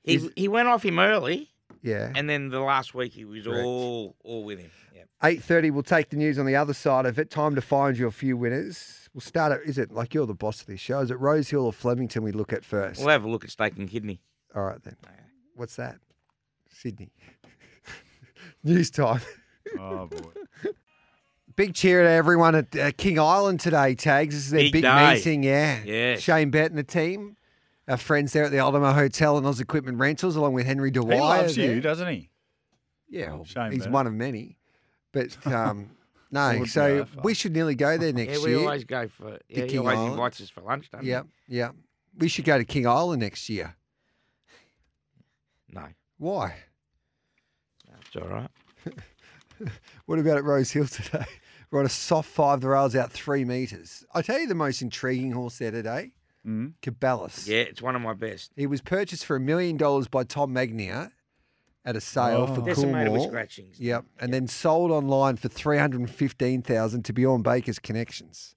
Speaker 2: He
Speaker 1: Is-
Speaker 2: he went off him early,
Speaker 1: Yeah.
Speaker 2: and then the last week he was
Speaker 1: Correct.
Speaker 2: all all with him. Yeah.
Speaker 1: Eight thirty. We'll take the news on the other side of it. Time to find you a few winners. We'll start at. Is it like you're the boss of this show? Is it Rose Hill or Flemington? We look at first.
Speaker 2: We'll have a look at steak and kidney.
Speaker 1: All right then. What's that? Sydney. [LAUGHS] news time.
Speaker 3: Oh [LAUGHS] boy.
Speaker 1: Big cheer to everyone at uh, King Island today. Tags. This is their
Speaker 2: Big
Speaker 1: big,
Speaker 2: day.
Speaker 1: meeting. Yeah.
Speaker 2: Yes.
Speaker 1: Shane Bett and the team. Our friends there at the Aldermo Hotel and Oz Equipment Rentals, along with Henry
Speaker 3: He
Speaker 1: Dwyer.
Speaker 3: loves
Speaker 1: there.
Speaker 3: you, doesn't he?
Speaker 1: Yeah, well,
Speaker 3: Shame
Speaker 1: he's
Speaker 3: about
Speaker 1: one of many. But
Speaker 2: [LAUGHS]
Speaker 1: um,
Speaker 3: Would
Speaker 1: no,
Speaker 3: be
Speaker 1: so
Speaker 3: our fun.
Speaker 1: we should nearly go there next
Speaker 2: yeah, we
Speaker 1: year.
Speaker 2: always go for. Yeah, he
Speaker 1: King
Speaker 2: always
Speaker 1: Island.
Speaker 2: invites us for lunch, don't
Speaker 1: Yeah, yeah. We should go to King Island next year.
Speaker 2: he? No,
Speaker 1: Why?
Speaker 2: it's all right.
Speaker 1: What about at Rose Hill today? [LAUGHS] We're on a soft five. The rail's out three metres. I tell you the most intriguing horse there today,
Speaker 3: Mm.
Speaker 1: Cabalus.
Speaker 2: Yeah, it's one of my best.
Speaker 1: He was purchased for a million dollars by Tom Magnier at a sale
Speaker 3: Oh.
Speaker 1: for
Speaker 2: Decimated with
Speaker 1: Coolmore.
Speaker 2: scratchings.
Speaker 1: Yep, and then sold online for three hundred and fifteen thousand to Bjorn Baker's connections.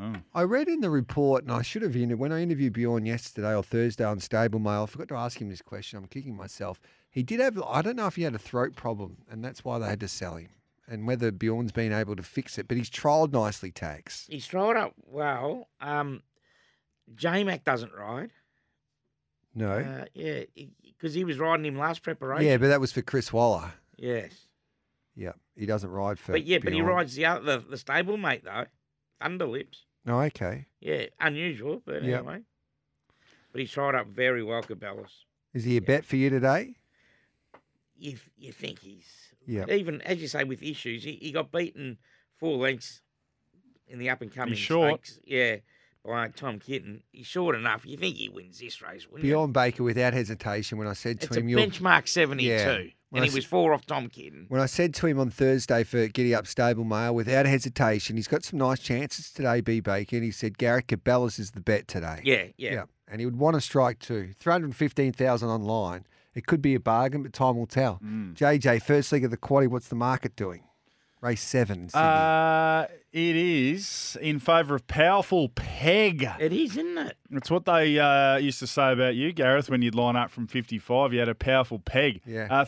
Speaker 3: Oh.
Speaker 1: I read in the report, and I should have interviewed when I interviewed Bjorn yesterday or Thursday on Stable Mail. I forgot to ask him this question. I'm kicking myself. He did have, I don't know if he had a throat problem, and that's why they had to sell him, and whether Bjorn's been able to fix it. But he's trialled nicely, tags.
Speaker 2: He's throwing up well. Um, J Mac doesn't ride.
Speaker 1: No.
Speaker 2: Uh, yeah, because he, was riding him last preparation.
Speaker 1: yeah, but that was for Chris Waller.
Speaker 2: Yes.
Speaker 1: Yeah, he doesn't ride for.
Speaker 2: But yeah, but he
Speaker 1: Bjorn.
Speaker 2: rides the other the, the stable mate though, Thunderlips.
Speaker 1: No, Oh, okay.
Speaker 2: Yeah, unusual, but
Speaker 1: Yeah.
Speaker 2: anyway. But he's tried up very well, Cabela's.
Speaker 1: Is he a bet for you today?
Speaker 2: You you think he's
Speaker 1: Yeah.
Speaker 2: even as you say with issues, he, he got beaten four lengths in the up and coming
Speaker 3: short.
Speaker 2: stakes. Yeah, by Tom Kitten. He's short enough. You think he wins this race? Wouldn't you?
Speaker 1: Bjorn Baker, without hesitation, when I said to
Speaker 2: It's a
Speaker 1: him, "You're
Speaker 2: benchmark seventy two,
Speaker 1: Yeah. When I
Speaker 2: and he
Speaker 1: s-
Speaker 2: was four off Tom Kitten.
Speaker 1: When I said to him on Thursday for Giddy Up Stable Mail, without hesitation, he's got some nice chances today, B Baker. And he said Garrett Cabellas is the bet today.
Speaker 2: Yeah, yeah,
Speaker 1: And he would want to strike too. 315000 online. It could be a bargain, but time will tell.
Speaker 2: Mm.
Speaker 3: Mm.
Speaker 1: JJ, first leg of the quaddy, what's the market doing? Race seven. in Sydney.
Speaker 3: Uh, it is in favour of powerful peg.
Speaker 2: It is, isn't it?
Speaker 3: It's what they uh, used to say about you, Gareth, when you'd line up from 55. You had a powerful peg.
Speaker 1: Yeah.
Speaker 3: Uh,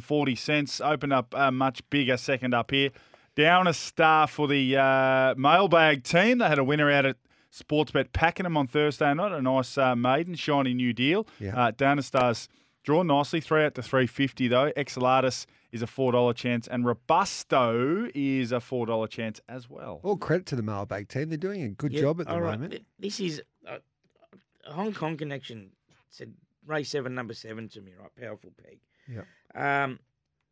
Speaker 3: $3.40 opened up a much bigger second up here. Down a star for the uh, mailbag team. They had a winner out at Sportsbet Pakenham on Thursday night. A nice uh, maiden, shiny new deal.
Speaker 1: Yeah.
Speaker 3: Uh, down a star's drawn nicely. Three out to 350, though. Exeladis is a $4 chance, and Robusto is a $4 chance as well.
Speaker 1: All credit to the mailbag team. They're doing a good
Speaker 2: Yeah,
Speaker 1: job at the
Speaker 2: all right.
Speaker 1: moment.
Speaker 2: Th- This is uh, a Hong Kong connection said race seven, number seven to me, right? Powerful peg. Yeah. Um,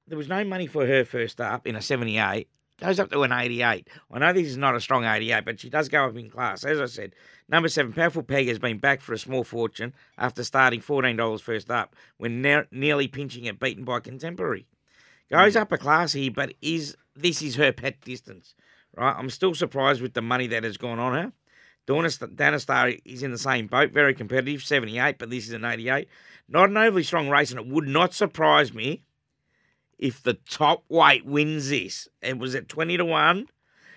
Speaker 2: there was no money for her first up in a 78. Goes up to an 88. I know this is not a strong 88, but she does go up in class. As I said, number seven, Powerful Peg has been back for a small fortune after starting $14 first up when ne- nearly pinching it, beaten by Contemporary. Goes up a class here, but is this is her pet distance, right? I'm still surprised with the money that has gone on her. Dornis- Danistar is in the same boat, very competitive, 78, but this is an 88. Not an overly strong race, and it would not surprise me if the top weight wins this. It was at 20 to 1,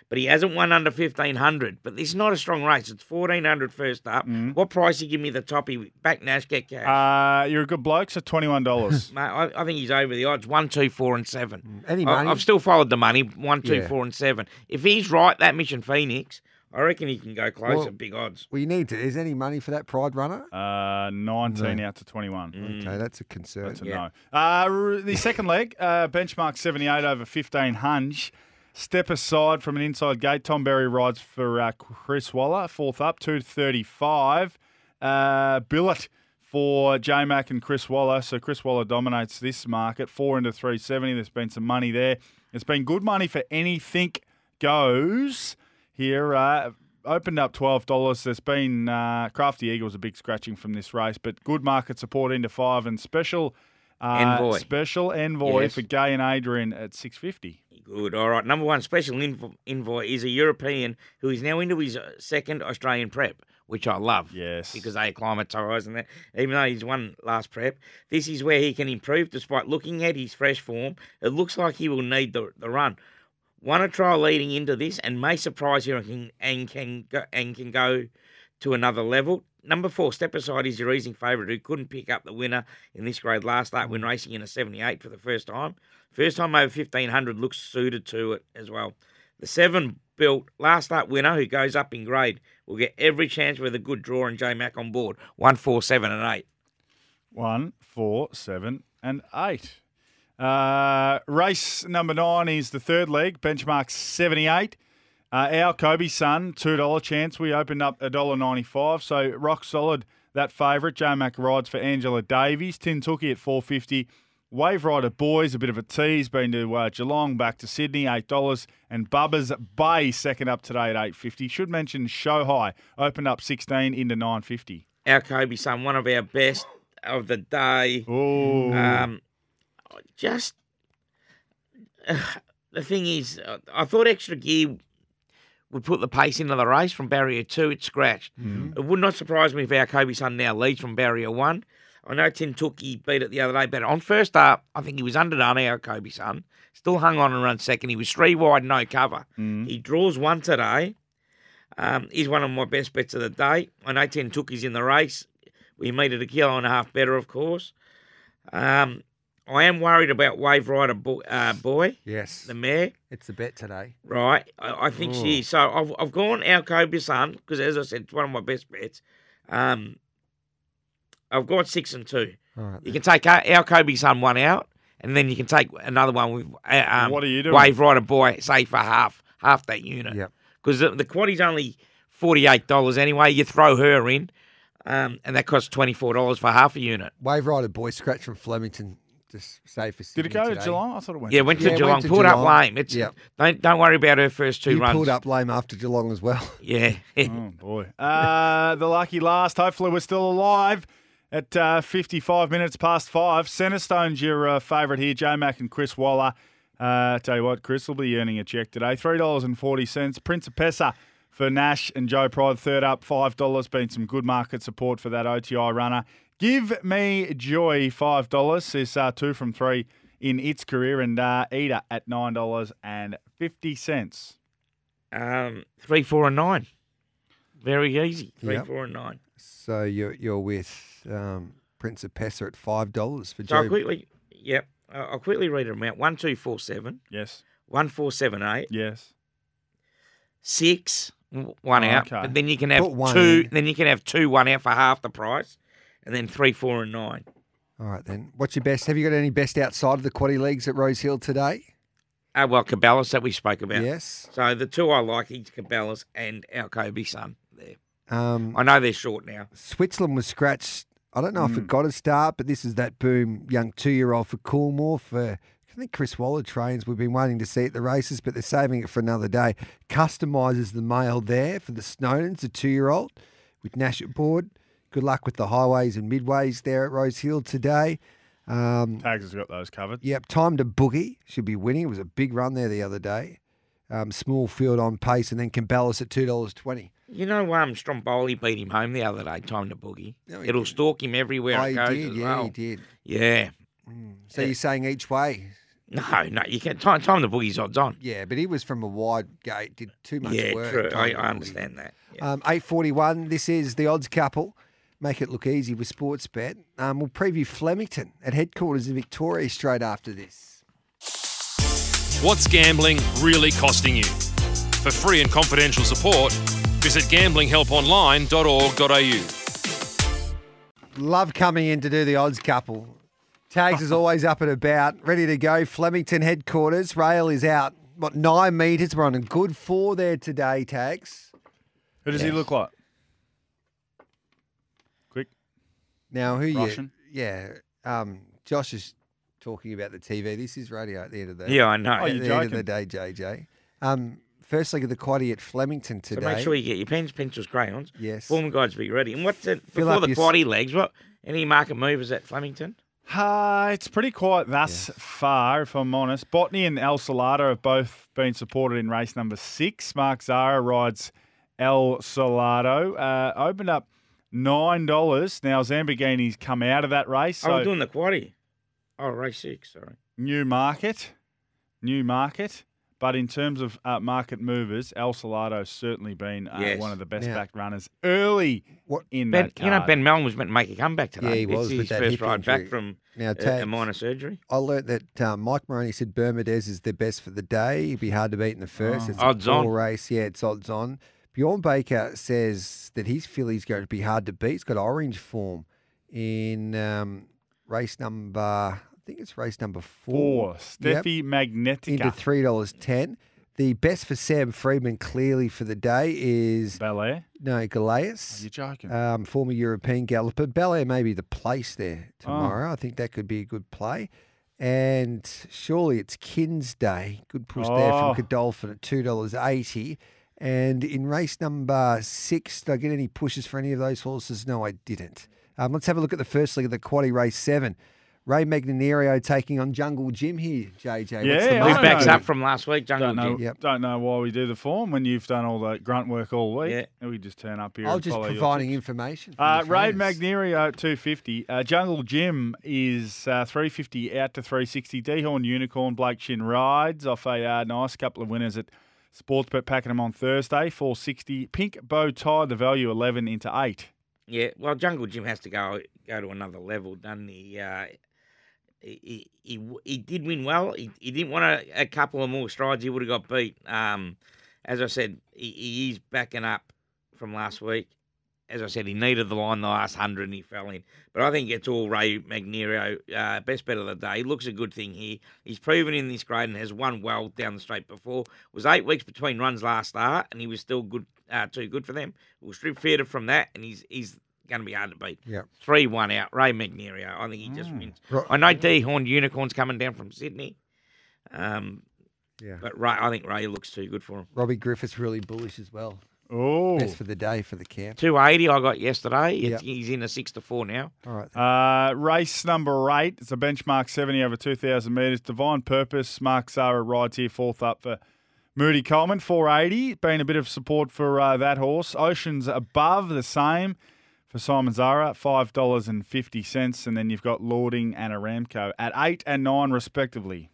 Speaker 2: but he hasn't won under 1500. But this is not a strong race. It's 1400 first up. What price you give me the toppy? Back Nash, get cash.
Speaker 3: Uh, you're a good bloke, so
Speaker 1: [LAUGHS]
Speaker 3: $21.
Speaker 2: Mate, I, I think he's over the odds. One, two, four, and seven.
Speaker 1: Any
Speaker 2: I,
Speaker 1: money?
Speaker 2: have still followed the money. One, two, four,
Speaker 1: Yeah.
Speaker 2: and seven. If he's right, that Mission Phoenix, I reckon he can go close
Speaker 1: Well-
Speaker 2: at big odds.
Speaker 1: Well, you need to. Is any money for that Pride runner?
Speaker 3: Uh, 19 out to 21.
Speaker 2: Mm.
Speaker 1: Okay, that's a concern.
Speaker 3: That's a
Speaker 2: Yeah.
Speaker 3: no. Uh, r- the second leg, uh, benchmark 78 over 15 hunch. Step aside from an inside gate. Tom Berry rides for uh, Chris Waller, fourth up, 235. Uh, billet for J Mac and Chris Waller. So Chris Waller dominates this market, four into 370. There's been some money there. It's been good money for anything goes here. Uh, opened up twelve dollars. There's been uh, Crafty Eagles a big scratching from this race, but good market support into five and special uh,
Speaker 2: Envoy.
Speaker 3: special envoy
Speaker 2: Yes.
Speaker 3: for Gay and Adrian at six fifty.
Speaker 2: Good. All right. Number one special invo- envoy is a European who is now into his uh, second Australian prep, which I love.
Speaker 3: Yes.
Speaker 2: Because they acclimatise and that, even though he's won last prep, this is where he can improve despite looking at his fresh form. It looks like he will need the, the run. Won a trial leading into this and may surprise you and can, and can go, and can go to another level. Number four, Step Aside is your easing favourite who couldn't pick up the winner in this grade last start when racing in a 78 for the first time. First time over 1500 looks suited to it as well. The seven built last start winner who goes up in grade will get every chance with a good draw and J Mac on board. One, four, seven, and eight.
Speaker 3: One, four, seven, and eight. Uh, race number nine is the third leg, benchmark 78. Uh, our Kobe Sun, $2 chance. We opened up $1.95, so rock solid that favourite. J Mac rides for Angela Davies, Tintuki at 450 Wave Rider Boys, a bit of a tease, been to uh, Geelong, back to Sydney, $8. And Bubba's Bay, second up today at 850 Should mention Shohai, opened up 16 into 950
Speaker 2: Our Kobe son, one of our best of the day.
Speaker 3: Oh.
Speaker 2: Um, just [SIGHS] the thing is, uh, I thought extra gear would put the pace into the race from barrier two. It's scratched. It would not surprise me if our Kobe Sun now leads from barrier one. I know Tim Tookie beat it the other day, but on first up, I think he was underdone. Our Kobe Sun still hung on and run second. He was three wide, no cover. He draws one today. Um, he's one of my best bets of the day. I know Tim Tookie's in the race. We made it a kilo and a half better, of course. Um, I am worried about Wave Rider Bo- uh, Boy,
Speaker 1: Yes,
Speaker 2: the mayor,
Speaker 1: it's a bet today.
Speaker 2: right? I, I think
Speaker 1: Mm.
Speaker 2: she is. So I've, I've gone Alcobia Sun because, as I said, it's one of my best bets. Um, I've got six and two.
Speaker 1: All right.
Speaker 2: You can take Al- Alcobia Sun one out, and then you can take another one with uh, um,
Speaker 3: What are you doing?
Speaker 2: Wave Rider Boy, say for half half that unit.
Speaker 1: Yep.
Speaker 2: Because the, the quaddy's only $48 anyway. You throw her in, um, and that costs $24 for half a unit.
Speaker 1: Wave Rider boy scratch from Flemington. Just save for
Speaker 3: Did it
Speaker 1: Sydney
Speaker 3: go to
Speaker 1: today.
Speaker 3: Geelong? I thought it went
Speaker 2: Yeah, went to
Speaker 1: Yeah, went
Speaker 2: Geelong,
Speaker 1: to
Speaker 2: pulled
Speaker 1: Geelong.
Speaker 2: up lame. It's
Speaker 1: Yep.
Speaker 2: don't don't worry about her first two
Speaker 1: You
Speaker 2: runs.
Speaker 1: pulled up lame after Geelong as well. [LAUGHS]
Speaker 2: Yeah, [LAUGHS]
Speaker 3: Oh boy. Uh, the lucky last. Hopefully, we're still alive at uh, 55 minutes past five. Centerstone's your uh, favourite here, J Mac and Chris Waller. Uh, tell you what, Chris will be earning a check today, three dollars and forty cents. Principessa for Nash and Joe Pride, third up, five dollars. Been some good market support for that OTI runner. Give me joy, five dollars. Says uh, two from three in its career, and uh, Ida at nine dollars and fifty cents.
Speaker 2: um, three, four, and nine. Very easy. Three,
Speaker 1: Yep.
Speaker 2: four, and nine.
Speaker 1: so you're you're with um, Prince of Pessa at five dollars for
Speaker 2: So I'll
Speaker 1: Joe.
Speaker 2: quickly, yep, I- I'll quickly read them out. One, two, four, seven.
Speaker 3: Yes.
Speaker 2: One, four, seven, eight.
Speaker 3: Yes.
Speaker 2: Six, w- one
Speaker 3: Oh,
Speaker 2: out.
Speaker 3: okay.
Speaker 2: But then you can have
Speaker 1: Put one
Speaker 2: two.
Speaker 1: in.
Speaker 2: Then you can have two, one out for half the price, and then three, four, and nine.
Speaker 1: All right, then. What's your best? Have you got any best outside of the quaddy leagues at Rose Hill today?
Speaker 2: Uh, well, Cabela's that we spoke about.
Speaker 1: Yes.
Speaker 2: So the two I like, he's Cabela's and our Kobe son. There.
Speaker 1: Um,
Speaker 2: I know they're short now.
Speaker 1: Switzerland was scratched. I don't know
Speaker 2: Hmm.
Speaker 1: if it got a start, but this is that boom young two year old for Coolmore for I think Chris Waller trains. We've been waiting to see at the races, but they're saving it for another day. Customises the mail there for the Snowdens, the two year old with Nash at board. Good luck with the highways and midways there at Rose Hill today. Um,
Speaker 3: Tags has got those covered.
Speaker 1: Yep, time to boogie. Should be winning. It was a big run there the other day. Um, small field on pace, and then Cambalis at two dollars twenty.
Speaker 2: You know, um, Stromboli beat him home the other day. Time to boogie.
Speaker 1: No, he
Speaker 2: It'll
Speaker 1: didn't.
Speaker 2: stalk him everywhere
Speaker 1: I
Speaker 2: it goes.
Speaker 1: did,
Speaker 2: as
Speaker 1: yeah,
Speaker 2: well.
Speaker 1: Oh, he did.
Speaker 2: Yeah.
Speaker 1: So you're saying each way?
Speaker 2: No, no, you can't. Time, time to boogie's odds on.
Speaker 1: Yeah, but he was from a wide gate, did too much
Speaker 2: yeah,
Speaker 1: work.
Speaker 2: true. I,
Speaker 1: Tom
Speaker 2: I
Speaker 1: Brady.
Speaker 2: understand that. Yeah.
Speaker 1: Um, Eight forty-one. This is the odds couple. Make it look easy with Sportsbet. Um, we'll preview Flemington at headquarters in Victoria straight after this.
Speaker 7: What's gambling really costing you? For free and confidential support, visit gamblinghelponline.org.au.
Speaker 1: Love coming in to do the odds couple. Tags is always up and about, ready to go. Flemington headquarters. Rail is out. What nine meters? We're on a good four there today. Tags.
Speaker 3: Who does he
Speaker 2: Yes.
Speaker 3: look like? Quick.
Speaker 1: Now who you?
Speaker 3: Russian.
Speaker 1: Yeah. Um, Josh is talking about the TV. This is radio at the end of the
Speaker 2: yeah, I know.
Speaker 3: Oh,
Speaker 1: at
Speaker 3: you-
Speaker 1: the
Speaker 3: You're
Speaker 1: end of the day, JJ. Um, first leg of the quaddy at Flemington
Speaker 2: so
Speaker 1: today.
Speaker 2: make sure you get your pens, pencils, crayons.
Speaker 1: Yes.
Speaker 2: Form guides be ready. And what's it
Speaker 1: Fill
Speaker 2: before
Speaker 1: up
Speaker 2: the
Speaker 1: your s-
Speaker 2: quaddy legs? What any market movers at Flemington?
Speaker 3: Uh, it's pretty quiet thus far, if I'm honest. Botany and El Salado have both been supported in race number six. Mark Zara rides El Salado. Uh, opened up $9. Now, Zamborghini's come out of that race.
Speaker 2: oh,
Speaker 3: So
Speaker 2: we're doing the quaddy. Oh, race six. Sorry.
Speaker 3: new market, new market. But in terms of uh, market movers, El Salado's certainly been uh,
Speaker 2: Yes.
Speaker 3: one of the best
Speaker 1: Now-
Speaker 3: backed runners early
Speaker 1: What-
Speaker 3: in
Speaker 2: Ben,
Speaker 3: that
Speaker 2: you know,
Speaker 3: card.
Speaker 2: Ben Mellon was meant to make a comeback today.
Speaker 1: Yeah, he
Speaker 2: It's
Speaker 1: was with
Speaker 2: his
Speaker 1: that
Speaker 2: first
Speaker 1: hip
Speaker 2: ride back
Speaker 1: injury.
Speaker 2: from
Speaker 1: Now,
Speaker 2: uh, a
Speaker 1: Tags.
Speaker 2: minor surgery.
Speaker 1: I learnt that um, Mike Maroney said Bermudez is their best for the day. He'd be hard to beat in the first.
Speaker 3: Oh.
Speaker 1: It's a
Speaker 2: Odds
Speaker 1: poor
Speaker 2: on.
Speaker 1: race. Yeah, it's odds on. Bjorn Baker says that his filly's going to be hard to beat. It's got orange form in um, race number, I think it's race number
Speaker 3: Four.
Speaker 1: four. Yep.
Speaker 3: Steffi Magnetica.
Speaker 1: Into $3.10. The best for Sam Freeman clearly for the day is,
Speaker 3: Ballet.
Speaker 1: no, Galeas.
Speaker 3: You're joking.
Speaker 1: Um, former European galloper. Ballet may be the place there
Speaker 3: Ah.
Speaker 1: tomorrow. I think that could be a good play. And surely it's Kin's Day. Good push there from
Speaker 3: Oh.
Speaker 1: Godolphin at $2.80. And in race number six, did I get any pushes for any of those horses? No, I didn't. Um, let's have a look at the first leg of the quaddy race seven. Ray Magnanerio taking on Jungle Jim here, JJ. What's the
Speaker 3: Yeah,
Speaker 2: Who
Speaker 3: I
Speaker 1: market?
Speaker 2: backs
Speaker 3: know.
Speaker 2: up from last week? Jungle
Speaker 3: Don't know,
Speaker 2: Jim.
Speaker 1: Yep.
Speaker 3: don't know why we do the form when you've done all the grunt work all week.
Speaker 2: Yeah.
Speaker 3: And we just turn up here.
Speaker 1: I'll
Speaker 3: and
Speaker 1: just
Speaker 3: follow your
Speaker 1: providing
Speaker 3: tips.
Speaker 1: information. for
Speaker 3: Uh,
Speaker 1: the
Speaker 3: Ray
Speaker 1: trainers.
Speaker 3: Magnario at 250. Uh, Jungle Jim is uh, 350 out to 360. Dehorn Unicorn, Blake Shin rides off a uh, nice couple of winners at Sportsbet packing them on Thursday, 460. Pink Bow Tie, the value 11 into 8.
Speaker 2: Yeah, well, Jungle Jim has to go go to another level, doesn't he? Uh, he, he, he he did win well. He, he didn't want a, a couple of more strides. He would have got beat. Um, as I said, he, he is backing up from last week. As I said, he needed the line the last hundred and he fell in. But I think it's all Ray Magnerio, uh, best bet of the day. He looks a good thing here. He's proven in this grade and has won well down the straight before. Was eight weeks between runs last start, and he was still good, uh, too good for them. We'll strip feeder from that, and he's he's going to be hard to beat.
Speaker 1: Yep.
Speaker 2: Three one out. Ray Magnerio. I think he just wins.
Speaker 1: Ro-
Speaker 2: I know D Horned Unicorn's coming down from Sydney. Um,
Speaker 1: Yeah.
Speaker 2: but Ray, I think Ray looks too good for him.
Speaker 1: Robbie Griffiths really bullish as well.
Speaker 3: Oh.
Speaker 1: Best for the day for the camp.
Speaker 2: Two eighty I got yesterday. It's-
Speaker 1: Yep.
Speaker 2: He's in a six to four now.
Speaker 1: All right.
Speaker 3: Uh, race number eight. It's a benchmark 70 over 2,000 metres. Divine Purpose. Mark Zara rides here fourth up for Moody Coleman. 480. Been a bit of support for uh, that horse. Oceans Above, the same for Simon Zara. $5.50. And then you've got Lording and Aramco at eight and nine, respectively.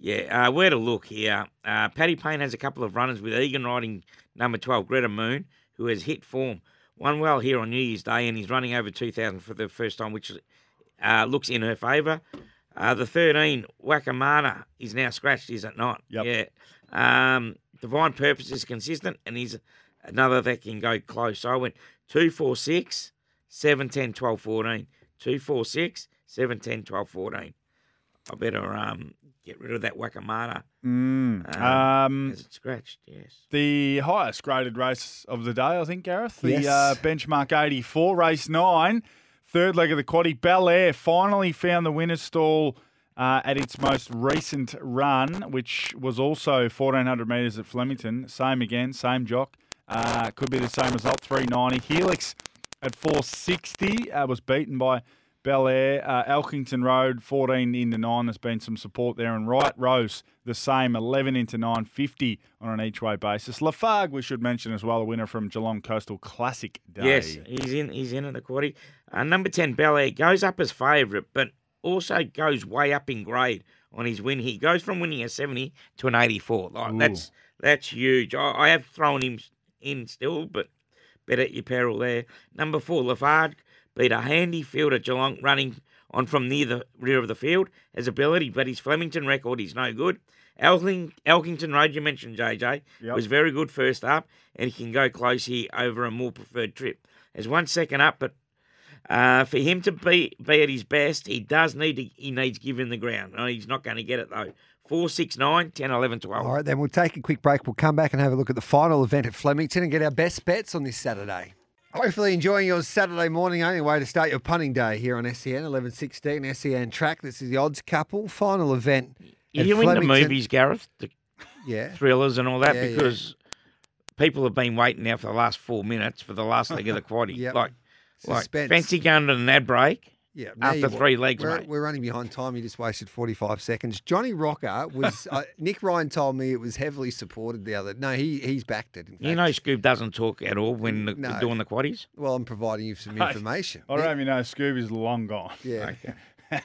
Speaker 2: Yeah, uh, where to look here? Uh, Paddy Payne has a couple of runners with Egan riding number 12, Greta Moon, who has hit form. One well here on New Year's Day, and he's running over 2,000 for the first time, which uh, looks in her favour. Uh, the 13, Wakamana, is now scratched, is it not?
Speaker 3: Yep.
Speaker 2: Yeah. Um, Divine Purpose is consistent, and he's another that can go close. So I went 2, 4, 6, 7, 10, 12, 14. 2, 4, 6, 7, 10, 12, 14. I better um, get rid of that Wakamata
Speaker 3: Mm.
Speaker 2: Um,
Speaker 3: Um,
Speaker 2: as it's scratched, yes.
Speaker 3: the highest graded race of the day, I think, Gareth. The
Speaker 1: Yes.
Speaker 3: uh, benchmark 84, race nine, third leg of the quaddy. Bel Air finally found the winner's stall uh, at its most recent run, which was also 1400 metres at Flemington. Same again, same jock. Uh, could be the same result, 390. Helix at 460 uh, was beaten by Bel Air. Uh, Elkington Road, 14 into 9. There's been some support there. And Wright Rose, the same, 11 into 9, 50 on an each way basis. Lafargue, we should mention as well, a winner from Geelong Coastal Classic Day.
Speaker 2: Yes, he's in. He's in at the quarter. Uh, number ten, Bel Air goes up as favourite, but also goes way up in grade on his win. He goes from winning a seventy to an eighty-four. Like, that's that's huge. I, I have thrown him s- in still, but bet at your peril there. Number four, Lafargue beat a handy field at Geelong, running on from near the rear of the field. His ability, but his Flemington record is no good. Elking, Elkington Road, you mentioned JJ,
Speaker 3: Yep.
Speaker 2: was very good first up, and he can go close here over a more preferred trip. There's one second up, but uh, for him to be be at his best, he does need to, he needs given the ground. No, he's not going to get it though. 4, 6, 9, 10, 11, 12.
Speaker 1: All right, then we'll take a quick break. We'll come back and have a look at the final event at Flemington and get our best bets on this Saturday. Hopefully, enjoying your Saturday morning. Only way to start your punting day here on SEN eleven sixteen SEN track. This is the odds couple final event.
Speaker 2: Are
Speaker 1: at
Speaker 2: you in the
Speaker 1: Flemington.
Speaker 2: movies, Gareth? The
Speaker 1: Yeah.
Speaker 2: thrillers and all that?
Speaker 1: Yeah, yeah.
Speaker 2: because people have been waiting now for the last four minutes for the last leg
Speaker 1: [LAUGHS]
Speaker 2: of the quaddy.
Speaker 1: Yep.
Speaker 2: Like, like,
Speaker 1: Suspense.
Speaker 2: fancy going to an ad break.
Speaker 1: Yeah, now
Speaker 2: after
Speaker 1: you-
Speaker 2: three legs,
Speaker 1: we're,
Speaker 2: mate.
Speaker 1: we're running behind time. You just wasted 45 seconds. Johnny Rocker was,
Speaker 2: [LAUGHS]
Speaker 1: uh, Nick Ryan told me it was heavily supported the other. No, he he's backed it. In fact.
Speaker 2: You know, Scoob doesn't talk at all when the,
Speaker 1: No.
Speaker 2: doing the quaddies.
Speaker 1: well, I'm providing you some information.
Speaker 3: I don't even know Scooby's long gone. [LAUGHS]
Speaker 1: Yeah.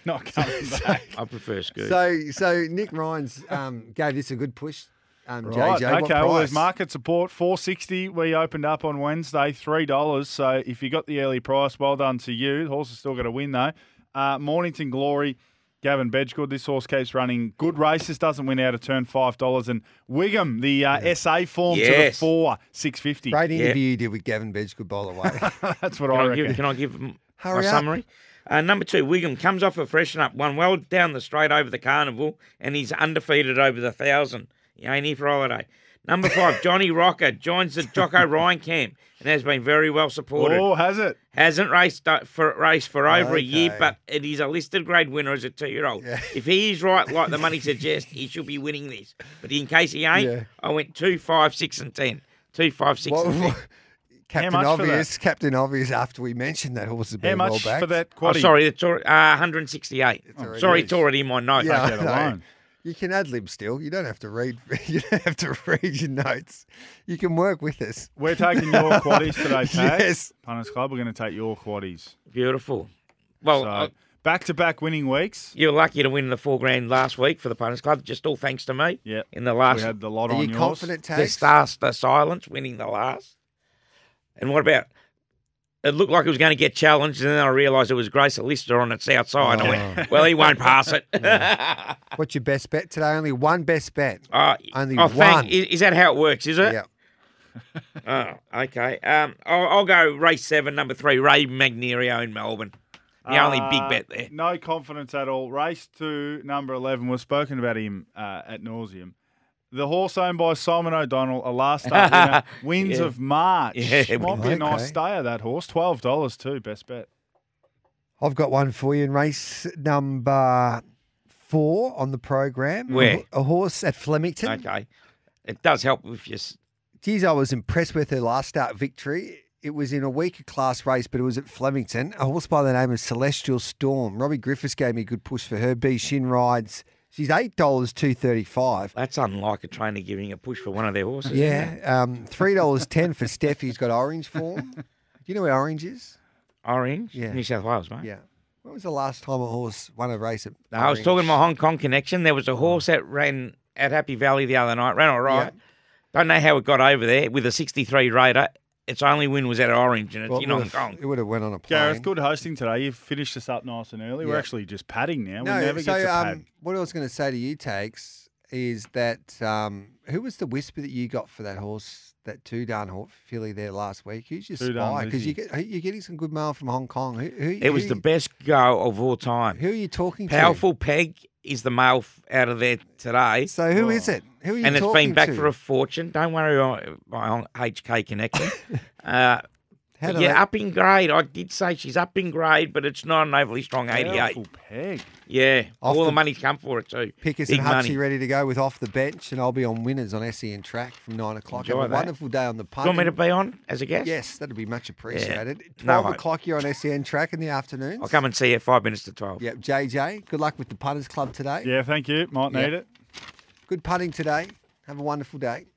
Speaker 3: Not coming back.
Speaker 2: I prefer Scoob.
Speaker 1: So, so Nick Ryan's um, gave this a good push. Um,
Speaker 3: Right.
Speaker 1: JJ, what
Speaker 3: okay. Well,
Speaker 1: price?
Speaker 3: there's market support. Four sixty. We opened up on Wednesday, three dollars. So if you got the early price, well done to you. The horse is still going to win though. Uh, Mornington Glory, Gavin Bedgood. This horse keeps running good races. Doesn't win out of turn. Five dollars. And Wigham, the uh, SA form to the
Speaker 2: Yes.
Speaker 3: four six fifty.
Speaker 1: Great
Speaker 2: Yeah.
Speaker 1: interview you did with Gavin Bedgood, by the way.
Speaker 3: [LAUGHS] That's what
Speaker 2: Can
Speaker 3: I
Speaker 2: I, give,
Speaker 3: reckon.
Speaker 2: can I give m- my
Speaker 1: Hurry up.
Speaker 2: summary? Uh, number two, Wiggum comes off a freshen up one well down the straight over the carnival, and he's undefeated over the thousand. He ain't here for holiday. Number
Speaker 1: [LAUGHS]
Speaker 2: five, Johnny Rocker joins the Jocko Ryan camp and has been very well supported.
Speaker 3: Oh, has it?
Speaker 2: Hasn't raced uh, for raced for over a year,
Speaker 1: Okay.
Speaker 2: but it is a listed grade winner as a two year old. If he is right, like the money suggests, he should be winning this. But in case he ain't,
Speaker 1: Yeah.
Speaker 2: I went two, five, six, and ten. Two, five, six,
Speaker 1: What-
Speaker 2: and ten. Oh,
Speaker 1: what- Captain
Speaker 3: much for that?
Speaker 1: Obvious, Captain Obvious. After we mentioned that horse has
Speaker 3: How
Speaker 1: been well
Speaker 3: much
Speaker 1: backed.
Speaker 3: for that?
Speaker 2: Oh,
Speaker 3: Quaddy?
Speaker 2: sorry, it's all, uh, 168.
Speaker 1: already
Speaker 2: sorry,
Speaker 1: is.
Speaker 2: it's already in my note.
Speaker 1: Yeah, [LAUGHS]
Speaker 3: that
Speaker 1: I know.
Speaker 3: alone.
Speaker 1: You can ad lib still. You don't have to read. [LAUGHS] You don't have to read your notes. You can work with us.
Speaker 3: We're taking
Speaker 1: [LAUGHS]
Speaker 3: your quaddies today, Tag.
Speaker 1: Yes.
Speaker 3: Punters Club. We're going to take your quaddies.
Speaker 2: Beautiful. Well,
Speaker 1: Oh,
Speaker 2: uh,
Speaker 3: So back to back winning weeks.
Speaker 2: you were lucky to win the four grand last week for the Punters Club, just all thanks to me.
Speaker 3: Yeah.
Speaker 2: In the
Speaker 3: We
Speaker 2: last,
Speaker 3: had the lot
Speaker 1: Are
Speaker 3: on
Speaker 1: you
Speaker 3: yours.
Speaker 1: confident,
Speaker 2: the
Speaker 1: Tags?
Speaker 2: stars, the silence, winning the last. And what about, it looked like it was going to get challenged, and then I realised it was Grace Lister on its outside. I
Speaker 1: Oh.
Speaker 2: went, well, he won't
Speaker 1: [LAUGHS]
Speaker 2: pass it.
Speaker 1: What's your best bet today? Only one best bet.
Speaker 2: Uh,
Speaker 1: Only
Speaker 2: oh,
Speaker 1: one.
Speaker 2: Thank, is, is that how it works, is it?
Speaker 1: Yeah.
Speaker 2: Oh, okay. Um, I'll, I'll go race seven, number three, Ray Magnerio in Melbourne. The only big
Speaker 3: Uh,
Speaker 2: bet there.
Speaker 3: No confidence at all. Race two, number 11. We've spoken about him uh, at nauseum. The horse owned by Simon O'Donnell, a last up winner,
Speaker 2: [LAUGHS]
Speaker 3: wins
Speaker 2: Yeah.
Speaker 3: of March.
Speaker 2: Yeah,
Speaker 3: Might be a nice
Speaker 1: Okay.
Speaker 3: day of that horse. $12 too, best bet.
Speaker 1: I've got one for you in race number four on the program.
Speaker 2: Where?
Speaker 1: A horse at Flemington.
Speaker 2: Okay. It does help if you. s-
Speaker 1: Geez, I was impressed with her last start victory. It was in a weaker class race, but it was at Flemington. A horse by the name of Celestial Storm. Robbie Griffiths gave me a good push for her. B Shin rides. She's eight dollars two thirty five.
Speaker 2: That's unlike a trainer giving a push for one of their horses. isn't
Speaker 1: Yeah,
Speaker 2: it?
Speaker 1: um, three dollars ten for Steph. Who's got orange
Speaker 2: [LAUGHS]
Speaker 1: form? Do you know where orange is?
Speaker 2: Orange,
Speaker 1: Yeah.
Speaker 2: New South Wales, mate.
Speaker 1: Yeah. When was the last time a horse won a race at?
Speaker 2: I was talking my Hong Kong connection. There was a horse
Speaker 1: Oh.
Speaker 2: that ran at Happy Valley the other night, ran all right. Don't know how it got over there with a 63 Raider. Its only win was at Orange, and it's in Hong Kong.
Speaker 1: It would have went on a plane.
Speaker 3: Gareth, good hosting today. You've finished us up nice and early. We're
Speaker 1: Yeah.
Speaker 3: actually just padding now.
Speaker 1: No,
Speaker 3: we never
Speaker 1: so
Speaker 3: get to
Speaker 1: um,
Speaker 3: pad.
Speaker 1: what I was going to say to you, Takes, is that um, who was the whisper that you got for that horse that two Tudan filly there last week. Who's your
Speaker 3: Tudan
Speaker 1: spy? Because you
Speaker 3: Lizzie.
Speaker 1: get, you're getting some good mail from Hong Kong. Who, who,
Speaker 2: It was
Speaker 1: who-
Speaker 2: the best go of all time.
Speaker 1: Who are you talking
Speaker 2: Powerful Peg is the male f- out of there today.
Speaker 1: to? So who is it? Who are you
Speaker 2: Oh. and it's
Speaker 1: talking
Speaker 2: been back
Speaker 1: to?
Speaker 2: for a fortune. Don't worry about my
Speaker 1: [LAUGHS]
Speaker 2: HK connection. uh,
Speaker 1: How
Speaker 2: but
Speaker 1: do
Speaker 2: yeah,
Speaker 1: they-
Speaker 2: up in grade. I did say she's up in grade, but it's not an overly strong 88.
Speaker 3: Powerful peg.
Speaker 2: Yeah,
Speaker 1: Off
Speaker 2: all the,
Speaker 1: the-
Speaker 2: money's come for it too.
Speaker 1: Pickers
Speaker 2: Big
Speaker 1: and
Speaker 2: money.
Speaker 1: Hutchie ready to go with off the bench, and I'll be on winners on SE and track from nine o'clock.
Speaker 2: Enjoy
Speaker 1: Have a
Speaker 2: that.
Speaker 1: wonderful day on the
Speaker 2: Do
Speaker 1: punt.
Speaker 2: you want me to be on as a guest?
Speaker 1: Yes, that'd be much appreciated.
Speaker 2: No
Speaker 1: Twelve
Speaker 2: hope.
Speaker 1: o'clock, you're on SEN track in the afternoon.
Speaker 2: I'll come and see you at five minutes to twelve.
Speaker 1: Yep, JJ. Good luck with the punters club today.
Speaker 3: Yeah, thank you. Might
Speaker 1: Yeah.
Speaker 3: need it.
Speaker 1: Good putting today. Have a wonderful day.